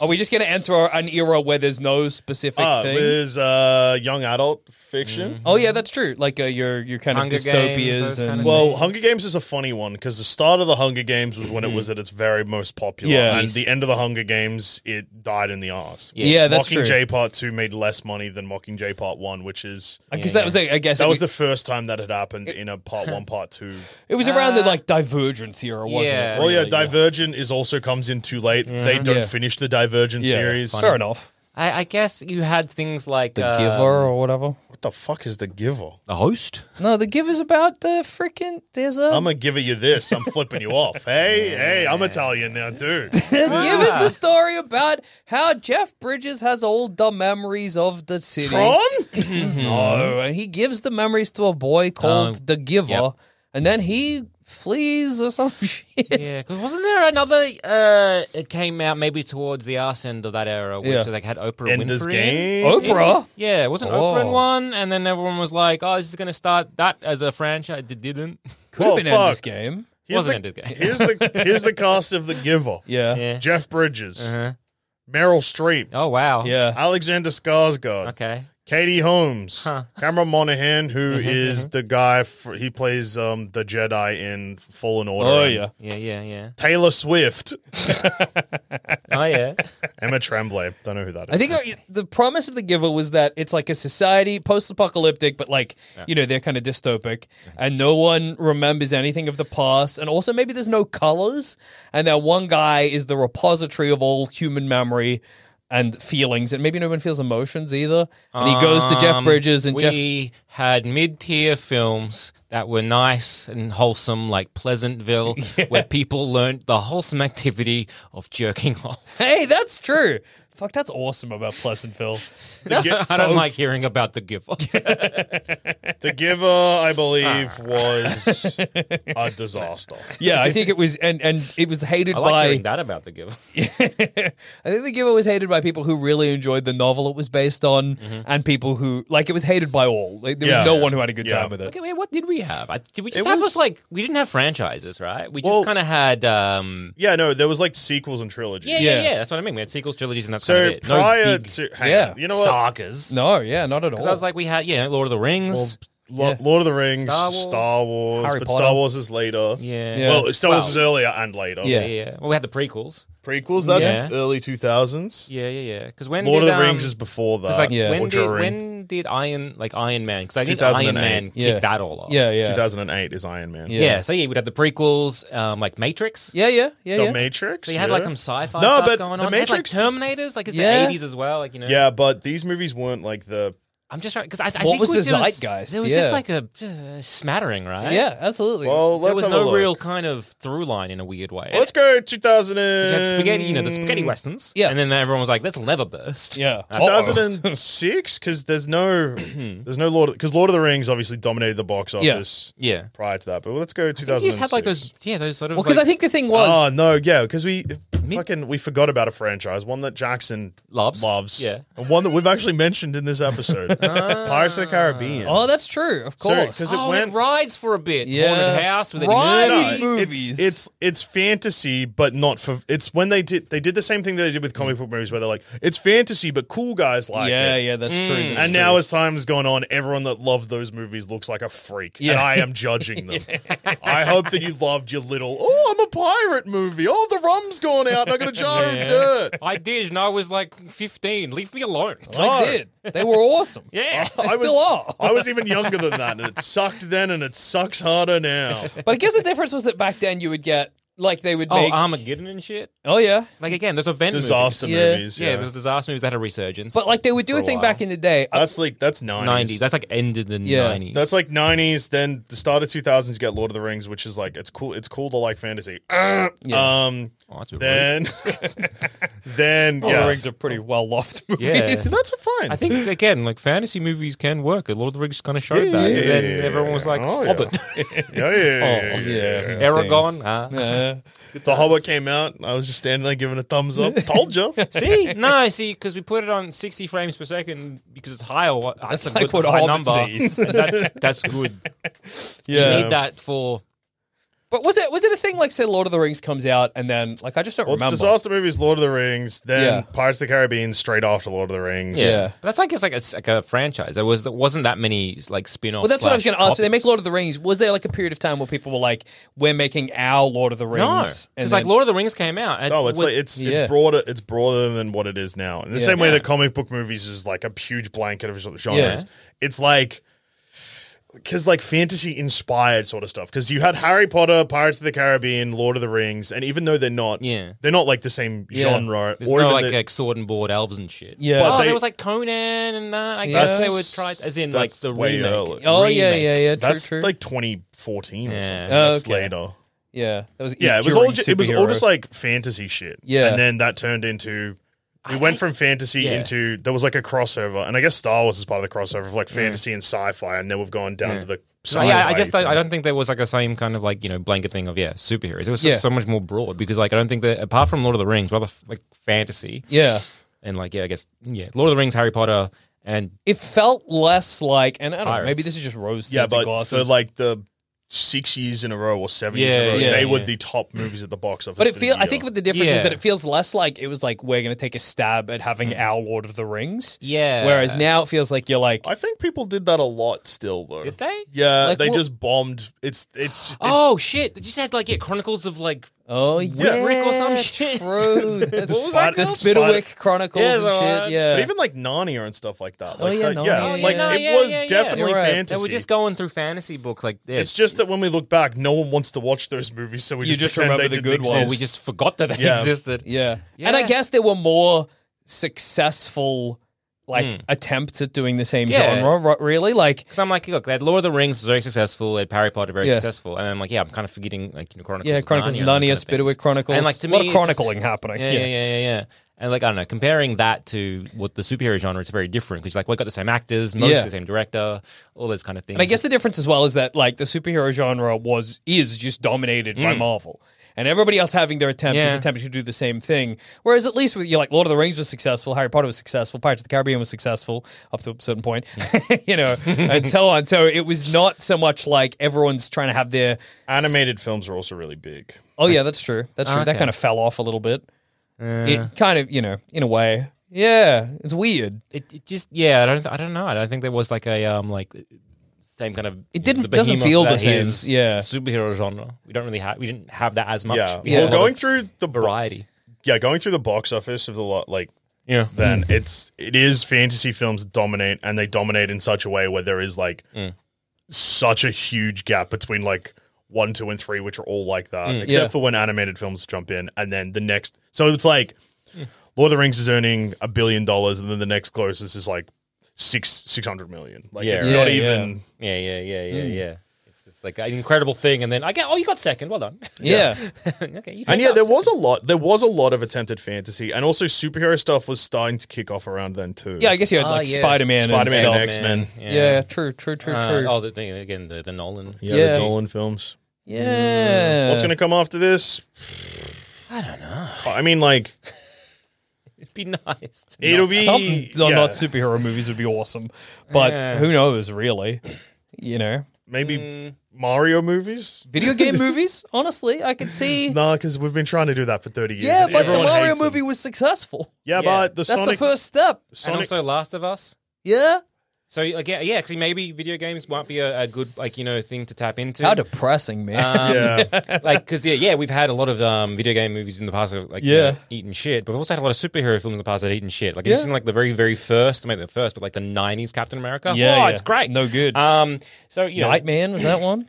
B: Are we just going to enter an era where there's no specific
C: Ah,
B: thing?
C: Liz, uh, young adult fiction.
B: oh yeah, that's true. Like uh, your your kind
A: Hunger
B: of
A: Games,
B: dystopias
A: those
B: and
A: kind of
C: Well, Oh, Hunger Games is a funny one because the start of the Hunger Games was when it was at its very most popular,
B: Mm-hmm. Yeah.
C: and the end of the Hunger Games it died in the arse.
B: yeah, that's true.
C: Mocking J Part Two made less money than Mocking J Part One, which is
B: Because that was, I I guess,
C: that
B: it
C: was
B: was,
C: the first time that had happened in a Part One, Part Two.
B: it was around the like Divergence era, wasn't
A: Uh, yeah.
B: it?
C: Well, yeah,
B: really?
C: Divergent is also comes in too late. They don't
B: Yeah.
C: finish the Divergent
B: Yeah,
C: series.
B: Fair enough.
A: I, I guess you had things like
B: The
A: uh,
B: Giver or whatever.
C: What the fuck is the Giver?
A: the host.
B: No, The Giver's about the freaking. There's a.
C: I'm gonna give you this. I'm flipping you off. Hey, hey, I'm Italian now, dude.
B: Give us the story about how Jeff Bridges has all the memories of the city.
C: Tron?
B: No, and he gives the memories to a boy called the Giver,
A: yep.
B: and then he flees or some shit.
A: Yeah, because wasn't there another? Uh, it came out maybe towards the arse end of that era, which
B: Yeah.
A: like had Oprah
C: Ender's
A: Winfrey. in.
B: Oh,
C: Game.
B: Oprah.
A: Yeah, it wasn't Oprah in
B: Oh.
A: one, and then everyone was like, "Oh, this is going to start that as a franchise." It didn't.
B: Could
C: Oh,
B: have been in this
C: fuck.
B: game.
C: Here's
A: Wasn't
C: the,
A: it this guy?
C: here's the here's the cast of the giver.
B: Yeah. Uh-huh.
A: Yeah.
C: Jeff Bridges, Meryl Streep,
A: Oh wow.
B: Yeah.
C: Alexander Skarsgård,
A: Okay.
C: Katie Holmes,
A: Huh.
C: Cameron Monaghan, who
B: Uh-huh,
C: is the guy for, he plays um, the Jedi in Fallen Order.
B: Oh
C: and
B: yeah.
A: Yeah, yeah, yeah.
C: Taylor Swift,
A: Oh yeah.
C: Emma Tremblay. Don't know who that is.
B: I think uh, the promise of the giver was that it's like a society post-apocalyptic, but like you know they're kind of dystopic, and no one remembers anything of the past, and also maybe there's no colors, and that one guy is the repository of all human memory and feelings, and maybe no one feels emotions either. And he goes to Jeff
A: Um,
B: Bridges, and Jeff
A: we had mid-tier films that were nice and wholesome, like Pleasantville, where people learned the wholesome activity of jerking off.
B: Hey, that's true. Fuck, that's awesome about Pleasantville. That's
A: I don't
B: so-
A: like hearing about the giver.
C: the giver, I believe,
B: Ah.
C: was a disaster.
B: Yeah, I think it was, and and it was hated
A: I like
B: by.
A: hearing that about the giver.
B: I think the giver was hated by people who really enjoyed the novel it was based on, and people who like it was hated by all. Like,
C: Mm-hmm.
B: there
C: Yeah.
B: was no one who had a good
C: Yeah.
B: time with it.
A: Okay, wait, what did we have? I, did we just
C: It
A: have
C: was-
A: us like we didn't have franchises, right? We just
C: Well-
A: kind of had. um
C: Yeah, no, there was like sequels and trilogies.
A: yeah, yeah, yeah,
B: Yeah.
A: That's what I mean. We had sequels, trilogies, and that's kind
C: So
A: of it. No
C: prior
A: big
C: to, hang
B: Yeah.
C: on, you know what?
A: sagas.
B: No, yeah, not at all.
A: Because I was like, we had yeah, Lord of the Rings.
C: Lo-
B: Yeah.
C: Lord of the Rings, Star
A: Star
C: Wars,
A: Wars.
B: Harry
C: but
B: Potter.
C: Star Wars is later.
A: yeah.
B: Yeah.
C: Well, Star Wars
A: Well-
C: is earlier and later.
A: yeah,
B: Yeah.
A: yeah. Well, we had the prequels.
C: Prequels, that's
A: Yeah.
C: early 2000s.
A: Yeah, yeah, yeah. Because when
C: Lord
A: did,
C: of the Rings
A: um,
C: is before that.
A: Because like
B: Yeah.
A: when
C: Or
A: did
C: during.
A: when did Iron like Iron Man? Because I think Iron
C: 2008.
A: Man kicked
B: Yeah.
A: that all off.
B: yeah, yeah,
C: 2008 is Iron Man.
A: yeah. So yeah, we'd have the prequels, um, like Matrix.
B: yeah, yeah, yeah,
C: The
B: yeah.
C: Matrix.
A: So you had
C: yeah.
A: like some sci-fi
C: No,
A: stuff
C: but
A: going
C: the
A: on.
C: Matrix-
A: they had, like Terminators, like it's
B: Yeah.
A: the 80s as well. Like you know,
C: Yeah, but these movies weren't like the.
A: I'm just trying because I, I
B: What
A: think
B: was
A: we-
B: the
A: there
B: zeitgeist?
A: There was just
B: Yeah.
A: like a uh, smattering, right?
B: yeah, absolutely.
C: Well, let's
A: there was
C: have a
A: no
C: look.
A: real kind of through line in a weird way.
C: Let's go 2000.
A: you
C: And...
A: had spaghetti, you know, the spaghetti westerns.
B: Yeah.
A: and then everyone was like, "Let's lever burst."
B: yeah, Uh-oh.
C: 2006, because there's no, there's no Lord, because Lord of the Rings obviously dominated the box
B: Yeah.
C: office
A: yeah.
C: prior to that. But let's go
A: You
C: 2006.
A: just had like those, yeah, those sort of.
B: Well, because
A: like-
B: I think the thing was
C: Oh no, Oh, yeah, because we Fucking, we forgot about a franchise, one that Jackson
A: Loves?
C: loves,
A: Yeah.
C: and one that we've actually mentioned in this episode,
B: Ah.
C: Pirates of the Caribbean.
B: Oh, that's true. Of course.
C: because
A: Oh,
C: it went
A: it rides for a bit.
B: Yeah.
A: Haunted house with
B: Right.
A: a
B: No.
C: it-
B: movies.
C: It's, it's it's fantasy, but not for. It's when they did they did the same thing that they did with comic book movies, where they're like, it's fantasy, but cool guys like
B: yeah,
C: it. Mm.
B: yeah, that's true. that's
C: And
B: true.
C: now, as time's gone on, everyone that loved those movies looks like a freak, and
B: Yeah.
C: I am judging them. I hope that you loved your little. Oh, I'm a pirate movie. Oh, the rum's gone out, and I got a jar of dirt.
A: I did, and I was like 15. Leave me alone.
B: I did. They were awesome.
A: Yeah.
C: Oh.
B: They still
C: was,
B: are.
C: I was even younger than that, and it sucked then, and it sucks harder now.
B: But I guess the difference was that back then you would get like they would
A: Oh,
B: make.
A: Armageddon and shit.
B: oh yeah.
A: Like again, those event
C: Disaster
A: movies.
B: Yeah.
C: movies,
A: Yeah,
C: yeah.
A: those disaster movies that had a resurgence.
B: But like they would do
A: For
B: a
A: a
B: thing
A: while.
B: back in the day. I-
C: That's like that's
A: 90s. That's like ended in the
B: Yeah.
A: 90s.
C: That's like nineties. Then the start of two thousands, you get Lord of the Rings, which is like it's cool. It's cool to like fantasy. Uh, Um,
A: Oh, that's a
C: then, then
B: Lord of
C: yeah,
B: the Rings are pretty well loved movies.
A: Yeah.
C: that's fine.
A: I think again, like fantasy movies can work. A lot of the Rings kind of showed
C: Yeah,
A: that.
C: yeah,
A: and then
C: yeah, yeah,
A: everyone was like,
C: Oh, yeah.
A: Hobbit,
C: yeah, yeah, yeah, yeah,
A: Oh,
C: yeah.
B: yeah.
A: Aragon. Ah.
B: Uh,
C: The Hobbit came out. I was just standing there giving a thumbs up. Told you.
A: see, no, see, because we put it on 60 frames per second because it's high or that's, a
B: like
A: good
B: what
A: high
B: Hobbit
A: number.
B: sees.
A: And that's that's good. You need that for
B: But was it was it a thing like say Lord of the Rings comes out and then like I just don't
C: Well, it's
B: remember.
C: disaster movies, Lord of the Rings, then
B: Yeah.
C: Pirates of the Caribbean, straight after Lord of the Rings.
B: Yeah.
A: But that's like it's like it's like a franchise. There was there wasn't that many like spin offs.
B: Well, that's what I was going to ask. They make Lord of the Rings. Was there like a period of time where people were like, "We're making our Lord of the Rings"?
A: No, it's
B: and
A: like
B: then-
A: Lord of the Rings came out. and
C: Oh, it's
A: was-
C: like it's
B: yeah.
C: it's broader it's broader than what it is now. In the
B: Yeah.
C: same way
B: Yeah.
C: that comic book movies is like a huge blanket of genres.
B: Yeah.
C: It's like because like fantasy inspired sort of stuff. Because you had Harry Potter, Pirates of the Caribbean, Lord of the Rings, and even though they're not,
A: Yeah.
C: they're not like the same
B: Yeah.
C: genre.
A: There's
C: or
A: no
C: even
A: like,
C: the-
A: like sword and board elves and shit.
B: Yeah.
C: But
A: oh,
C: they-
A: there was like Conan and that. I
B: That's-
A: guess they would try as in like
C: that's
A: the
C: way
A: remake.
C: early.
B: Oh yeah,
A: Remake.
B: yeah, yeah. True,
C: that's
B: true. Oh,
C: like 2014 or something.
A: Yeah.
C: That's
B: Okay.
C: later.
B: yeah, that was
C: Yeah, it was
B: during
C: all just, it was all
B: superhero.
C: just like fantasy shit.
B: Yeah.
C: and then that turned into. We went from fantasy
A: yeah.
C: into there was like a crossover, and I guess Star Wars is part of the crossover of like fantasy and sci-fi, and then we've gone down to the
A: So,
C: sci-fi.
A: yeah, I just I, I don't think there was like a same kind of like you know blanket thing of yeah superheroes. It was
B: Yeah.
A: just so much more broad because like I don't think that apart from Lord of the Rings, rather f- like fantasy
B: yeah.
A: and like yeah I guess yeah Lord of the Rings, Harry Potter, and
B: It felt less like, and I don't know, maybe
A: Pirates.
B: this is just rose
C: yeah,
B: tinted
C: but
B: glasses.
C: for like the six years in a row or seven years in
A: Yeah,
C: a row,
B: yeah,
C: they were
A: yeah.
C: the top movies at the box office.
B: but it
C: for the
B: feel. I
C: year.
B: think what the difference is
A: Yeah. Hmm.
B: that it feels less like it was like we're going to take a stab at having our Lord of the Rings.
A: Yeah.
B: Whereas now it feels like you're like,
C: I think people did that a lot still though.
A: did they?
C: Yeah,
B: Like,
C: they
B: what-
C: just bombed. It's it's.
A: Oh shit! They just had like yeah Chronicles of like
B: oh yeah,
A: Rick or some shit.
B: True.
C: The
B: That's-
C: spider-
B: the
C: spider-
B: Spiderwick Chronicles
A: Yeah,
B: and
A: the
B: shit.
A: one.
B: Yeah.
C: But even like Narnia and stuff like that.
B: Oh,
C: Like,
B: yeah,
C: that-
B: Narnia,
C: yeah,
B: yeah,
C: like
B: yeah.
C: it
A: Yeah,
C: was
A: yeah, yeah.
C: definitely
B: You're right. They were
A: They
C: fantasy.
A: were just going through fantasy books like this.
C: It's just that when we look back, no one wants to watch those movies, so we
B: You
C: just,
B: just
C: pretend
B: remember
C: they
B: the
C: didn't
B: good ones.
A: well,
C: exist.
A: oh, we just forgot that they
C: Yeah.
A: existed.
B: Yeah. And I
A: Yeah.
B: guess there were more successful like attempts at doing the same
A: Hmm. Yeah.
B: genre, ro- really. Like
A: Because I'm like, look, they had Lord of the Rings was very successful, they had Harry Potter very
B: Yeah.
A: successful, and I'm like, yeah, I'm kind of forgetting like you know, Chronicles,
B: Yeah,
A: of
B: Chronicles
A: Narnia,
B: of
A: and that
B: Narnia,
A: kind of things.
B: Spiderwick Chronicles.
A: and like to
B: A
A: me,
B: lot of
A: it's just-
B: chronicling happening.
A: Yeah,
B: Yeah.
A: yeah, yeah, yeah, yeah. And like I don't know, comparing that to what the superhero genre is very different because like we got the same actors, most
B: Yeah.
A: the same director, all those kind of things.
B: And I guess the difference as well is that like the superhero genre was is just dominated by Marvel. And everybody else having their attempt is
A: Yeah.
B: attempting to do the same thing. Whereas at least with you like Lord of the Rings was successful, Harry Potter was successful, Pirates of the Caribbean was successful up to a certain point, you know, and so on. So it was not so much like everyone's trying to have their
C: Animated films are also really big.
B: Oh yeah, that's true. That's true. That
A: okay.
B: kind of fell off a little bit. It kind of, you know, in a way. Yeah, it's weird.
A: it, it just yeah, I don't I don't know. I don't think there was like a um like same kind of
B: It
A: you know,
B: didn't-
A: the
B: doesn't
A: behemoth
B: feel the
A: that
B: same,
A: is
B: yeah.
A: superhero genre. We don't really have we didn't have that as much.
C: Yeah.
A: We had
C: Well,
A: a lot
C: going
A: of
C: through the
A: variety.
C: yeah, going through the box office of the lot, like
A: Yeah.
C: then
B: Hmm.
C: it's it is fantasy films dominate, and they dominate in such a way where there is like
B: Hmm.
C: such a huge gap between like one, two, and three, which are all like that, except
B: Hmm. Yeah.
C: for when animated films jump in, and then the next. So it's like
B: Hmm.
C: Lord of the Rings is earning a billion dollars, and then the next closest is like six six hundred million. Like
A: Yeah,
C: it's
A: right.
C: not
B: Yeah, yeah.
C: even.
A: Yeah, yeah, yeah, yeah,
B: Hmm.
A: yeah. It's just like an incredible thing, and then I get oh, you got second. Well done.
B: Yeah.
A: okay. You
C: And
A: came
C: yeah,
A: up.
C: there was a lot. There was a lot of attempted fantasy, and also superhero stuff was starting to kick off around then too.
B: Ah, Yeah, I guess you had
A: Oh,
B: like
A: yeah.
B: Spider Man and
C: Spider-Man
B: stuff.
C: and X-Men.
B: Yeah. true, true, true,
A: Uh,
B: true.
A: oh, the thing again, the, the Nolan.
C: yeah,
B: Yeah.
C: the Nolan films.
B: yeah.
C: What's going to come after this? I mean, like
A: It'd be nice. to
C: it'll
A: not-
C: be
B: Some
C: yeah,
B: not superhero movies would be awesome, but who knows? Really, you know,
C: maybe
A: Mm.
C: Mario movies.
B: video game movies. Honestly, I could see.
C: Nah, because we've been trying to do that for thirty years.
B: yeah,
C: and
B: but the
C: everyone
B: Mario
C: hates them.
B: movie was successful.
C: Yeah, but the
B: That's
C: Sonic.
B: the first step.
A: and
C: Sonic
A: also Last of Us.
B: Yeah.
A: So again, yeah, because maybe video games might be a, a good like you know thing to tap into.
B: How depressing, man.
A: Um,
C: yeah,
A: like because yeah, yeah, we've had a lot of um, video game movies in the past, that have, like you
B: Yeah.
A: know, eaten shit. But we've also had a lot of superhero films in the past that have eaten shit. Like have you seen like the very very first, maybe the first, but like the '90s Captain America.
B: Yeah,
A: oh,
B: yeah.
A: it's great.
B: No good.
A: Um, so you know,
B: Nightman was that one?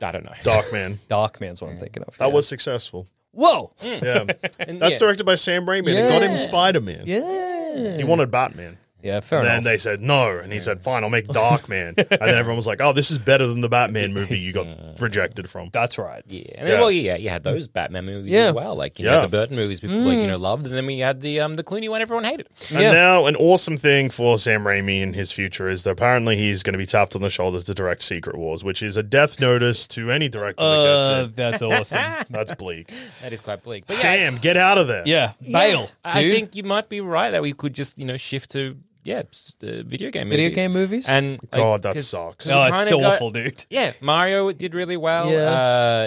A: I don't know.
C: Dark Man.
B: Darkman's what I'm thinking of.
C: That
B: yeah.
C: was successful.
B: whoa.
C: Yeah,
A: And,
C: that's
A: yeah.
C: directed by Sam Raimi. It got him Spider Man.
B: Yeah.
C: He wanted Batman.
B: Yeah. Fair
C: then
B: enough.
C: they said no, and he said, "Fine, I'll make Dark Man." and then everyone was like, "Oh, this is better than the Batman movie you got rejected from."
B: That's right.
A: Yeah. And then,
C: Yeah.
A: well, yeah, you had those Batman movies
B: Yeah. Mm.
A: as well, like you
C: Yeah.
A: know the Burton movies people like you know loved, and then we had the um the Clooney one everyone hated.
C: And
B: Yeah.
C: now, an awesome thing for Sam Raimi in his future is that apparently he's going to be tapped on the shoulder to direct Secret Wars, which is a death notice to any director that
B: Uh,
C: gets it.
B: that's awesome.
C: That's bleak.
A: That is quite bleak. But yeah,
C: Sam, get out of there.
B: Yeah. Bail.
A: I
B: dude.
A: think you might be right that we could just you know shift to yeah s- uh, video game
B: Video
A: movies.
B: game movies?
A: and like,
C: God, that
A: 'cause- 'cause
C: sucks.
B: No,
A: we
B: it's
A: kinda
B: so
A: got-
B: awful, dude.
A: Yeah, Mario did really well.
B: Yeah.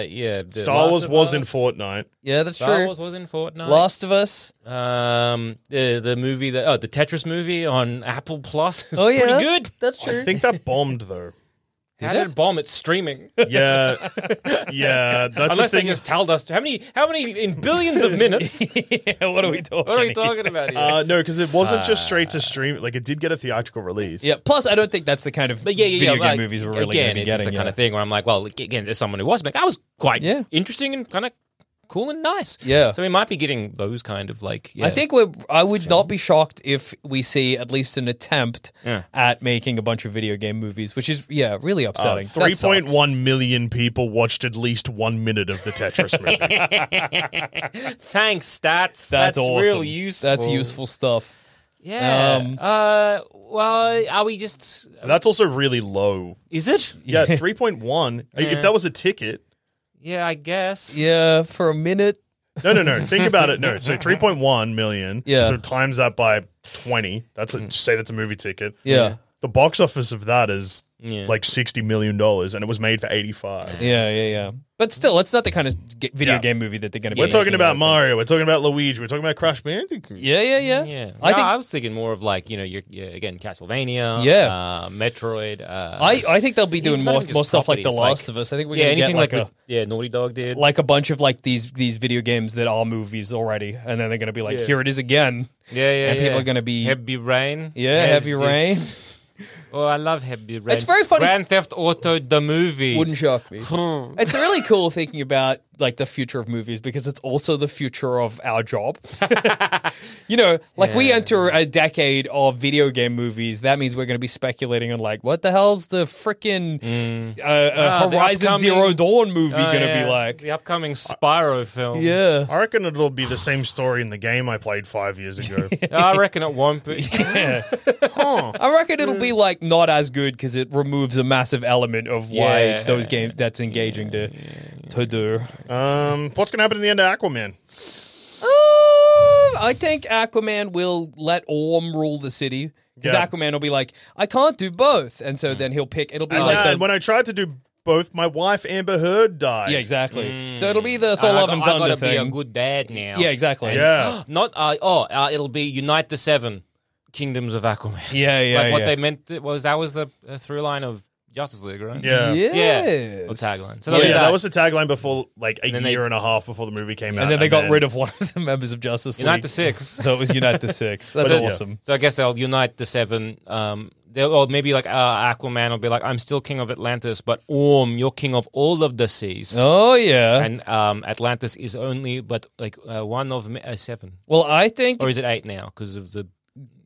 A: Yeah, uh, yeah. the
C: Star
A: Last
C: Wars
A: of
C: was in
A: Us.
C: Fortnite.
B: Yeah, that's
A: Star
B: true.
A: Wars was in Fortnite.
B: Last of Us.
A: um, the the movie that oh the Tetris movie on Apple Plus. Is
B: Oh yeah,
A: pretty good.
B: That's
C: I
B: true.
C: think that bombed though.
A: How
B: it?
A: did it bomb? It's streaming.
C: Yeah, yeah. That's
A: Unless
C: the
A: they
C: thing.
A: just told us how many how many in billions of minutes.
B: yeah, what are we talking?
A: what are we talking about here?
C: uh, no, because it wasn't just straight to stream. Like it did get a theatrical release.
B: Yeah. Plus, I don't think that's the kind of
A: But yeah, yeah,
B: video
A: yeah.
B: game
A: like,
B: movies we're really
A: again,
B: going to be
A: it's
B: getting.
A: just the
B: yeah.
A: kind of thing where I'm like, well, again, there's someone who was like, I was quite
B: Yeah.
A: interesting and kind of cool and nice.
B: Yeah.
A: So we might be getting those kind of like. Yeah.
B: I think we're. I would not be shocked if we see at least an attempt
A: Yeah.
B: at making a bunch of video game movies, which is yeah, really upsetting. That
C: Uh, Three point
B: sucks.
C: one million people watched at least one minute of the Tetris movie.
A: thanks, stats. That's,
B: That's, awesome.
A: real useful.
B: That's useful stuff.
A: Yeah.
B: Um,
A: uh. Well, are we just?
C: That's also really low.
A: Is it?
C: Yeah, three point one. If that was a ticket,
A: Yeah, I guess.
B: Yeah, for a minute.
C: no, no, no. Think about it. No, so three point one million.
B: Yeah.
C: So times that by twenty. That's a, say that's a movie ticket.
B: Yeah.
C: The box office of that is
A: Yeah.
C: like sixty million dollars, and it was made for eighty five.
B: Yeah, yeah, yeah. But still, that's not the kind of g- video
C: Yeah.
B: game movie that they're going to be.
C: We're talking
B: making.
C: about Mario. We're talking about Luigi. We're talking about Crash Bandicoot.
B: Yeah, yeah, yeah.
A: Yeah,
B: I
A: No,
B: think
A: I was thinking more of like you know you're, yeah, again Castlevania,
B: Yeah.
A: uh, Metroid. Uh,
B: I, I think they'll be doing
A: Even
B: more,
A: not even
B: more
A: just
B: stuff like The
A: properties, like-
B: Last of Us. I think we're
A: yeah,
B: gonna
A: anything
B: get like,
A: like,
B: a
A: what- yeah Naughty Dog did.
B: like a bunch of like these these video games that are movies already, and then they're gonna be like, here it is again.
A: yeah, yeah,
B: and people
A: yeah.
B: are gonna be-
A: heavy rain.
B: Yeah,
A: has
B: Heavy Rain.
A: Oh, I love heavy rain.
B: It's very funny-
A: Grand Theft Auto the movie.
B: shock me. it's really cool thinking about like the future of movies because it's also the future of our job. you know, like we enter a decade of video game movies. That means we're going to be speculating on like what the hell's the frickin' uh, uh,
A: Ah, the
B: Horizon
A: upcoming-
B: Zero Dawn movie
A: Oh,
B: going to
A: yeah.
B: be like?
A: the upcoming Spyro film.
B: Yeah.
C: I reckon it'll be the same story in the game I played five years ago.
A: I reckon it won't be.
B: I reckon it'll be like not as good because it removes a massive element of why
A: Yeah.
B: those games that's engaging to to do.
C: um, what's gonna happen in the end of Aquaman?
B: Um, I think Aquaman will let Orm rule the city because
C: Yeah.
B: Aquaman will be like, I can't do both, and so then he'll pick. It'll be
C: And,
B: like
C: yeah,
B: the,
C: and when I tried to do both, my wife Amber Heard died.
B: yeah, exactly. So it'll be the Thor
A: I
B: Love
A: got-
B: and
A: I
B: Thunder
A: gotta
B: thing.
A: be a good dad now.
B: yeah, exactly.
C: Yeah.
A: Not uh, oh, uh, it'll be unite the seven kingdoms of Aquaman.
B: yeah, yeah.
A: like what
B: yeah.
A: they meant to- was that was the uh, through line of Justice League, right?
C: Yeah. Yeah.
A: yeah. Or
B: Yes.
A: tagline. So
C: Oh,
A: they'll
C: Yeah,
A: do
C: that.
A: that.
C: was the tagline before like a
A: then they-
C: year and a half before the movie came out.
B: And then they got rid of one of the members of Justice
A: unite
B: League.
A: the six.
B: So it was Unite the Six. That's
C: But it-
B: awesome.
A: So I guess they'll unite the seven. Um, they'll, or maybe like uh, Aquaman will be like, "I'm still king of Atlantis, but Orm, you're king of all of the seas."
B: Oh yeah.
A: And um, Atlantis is only but like uh, one of ma- uh, seven,
B: well, I think
A: or is it eight now because of the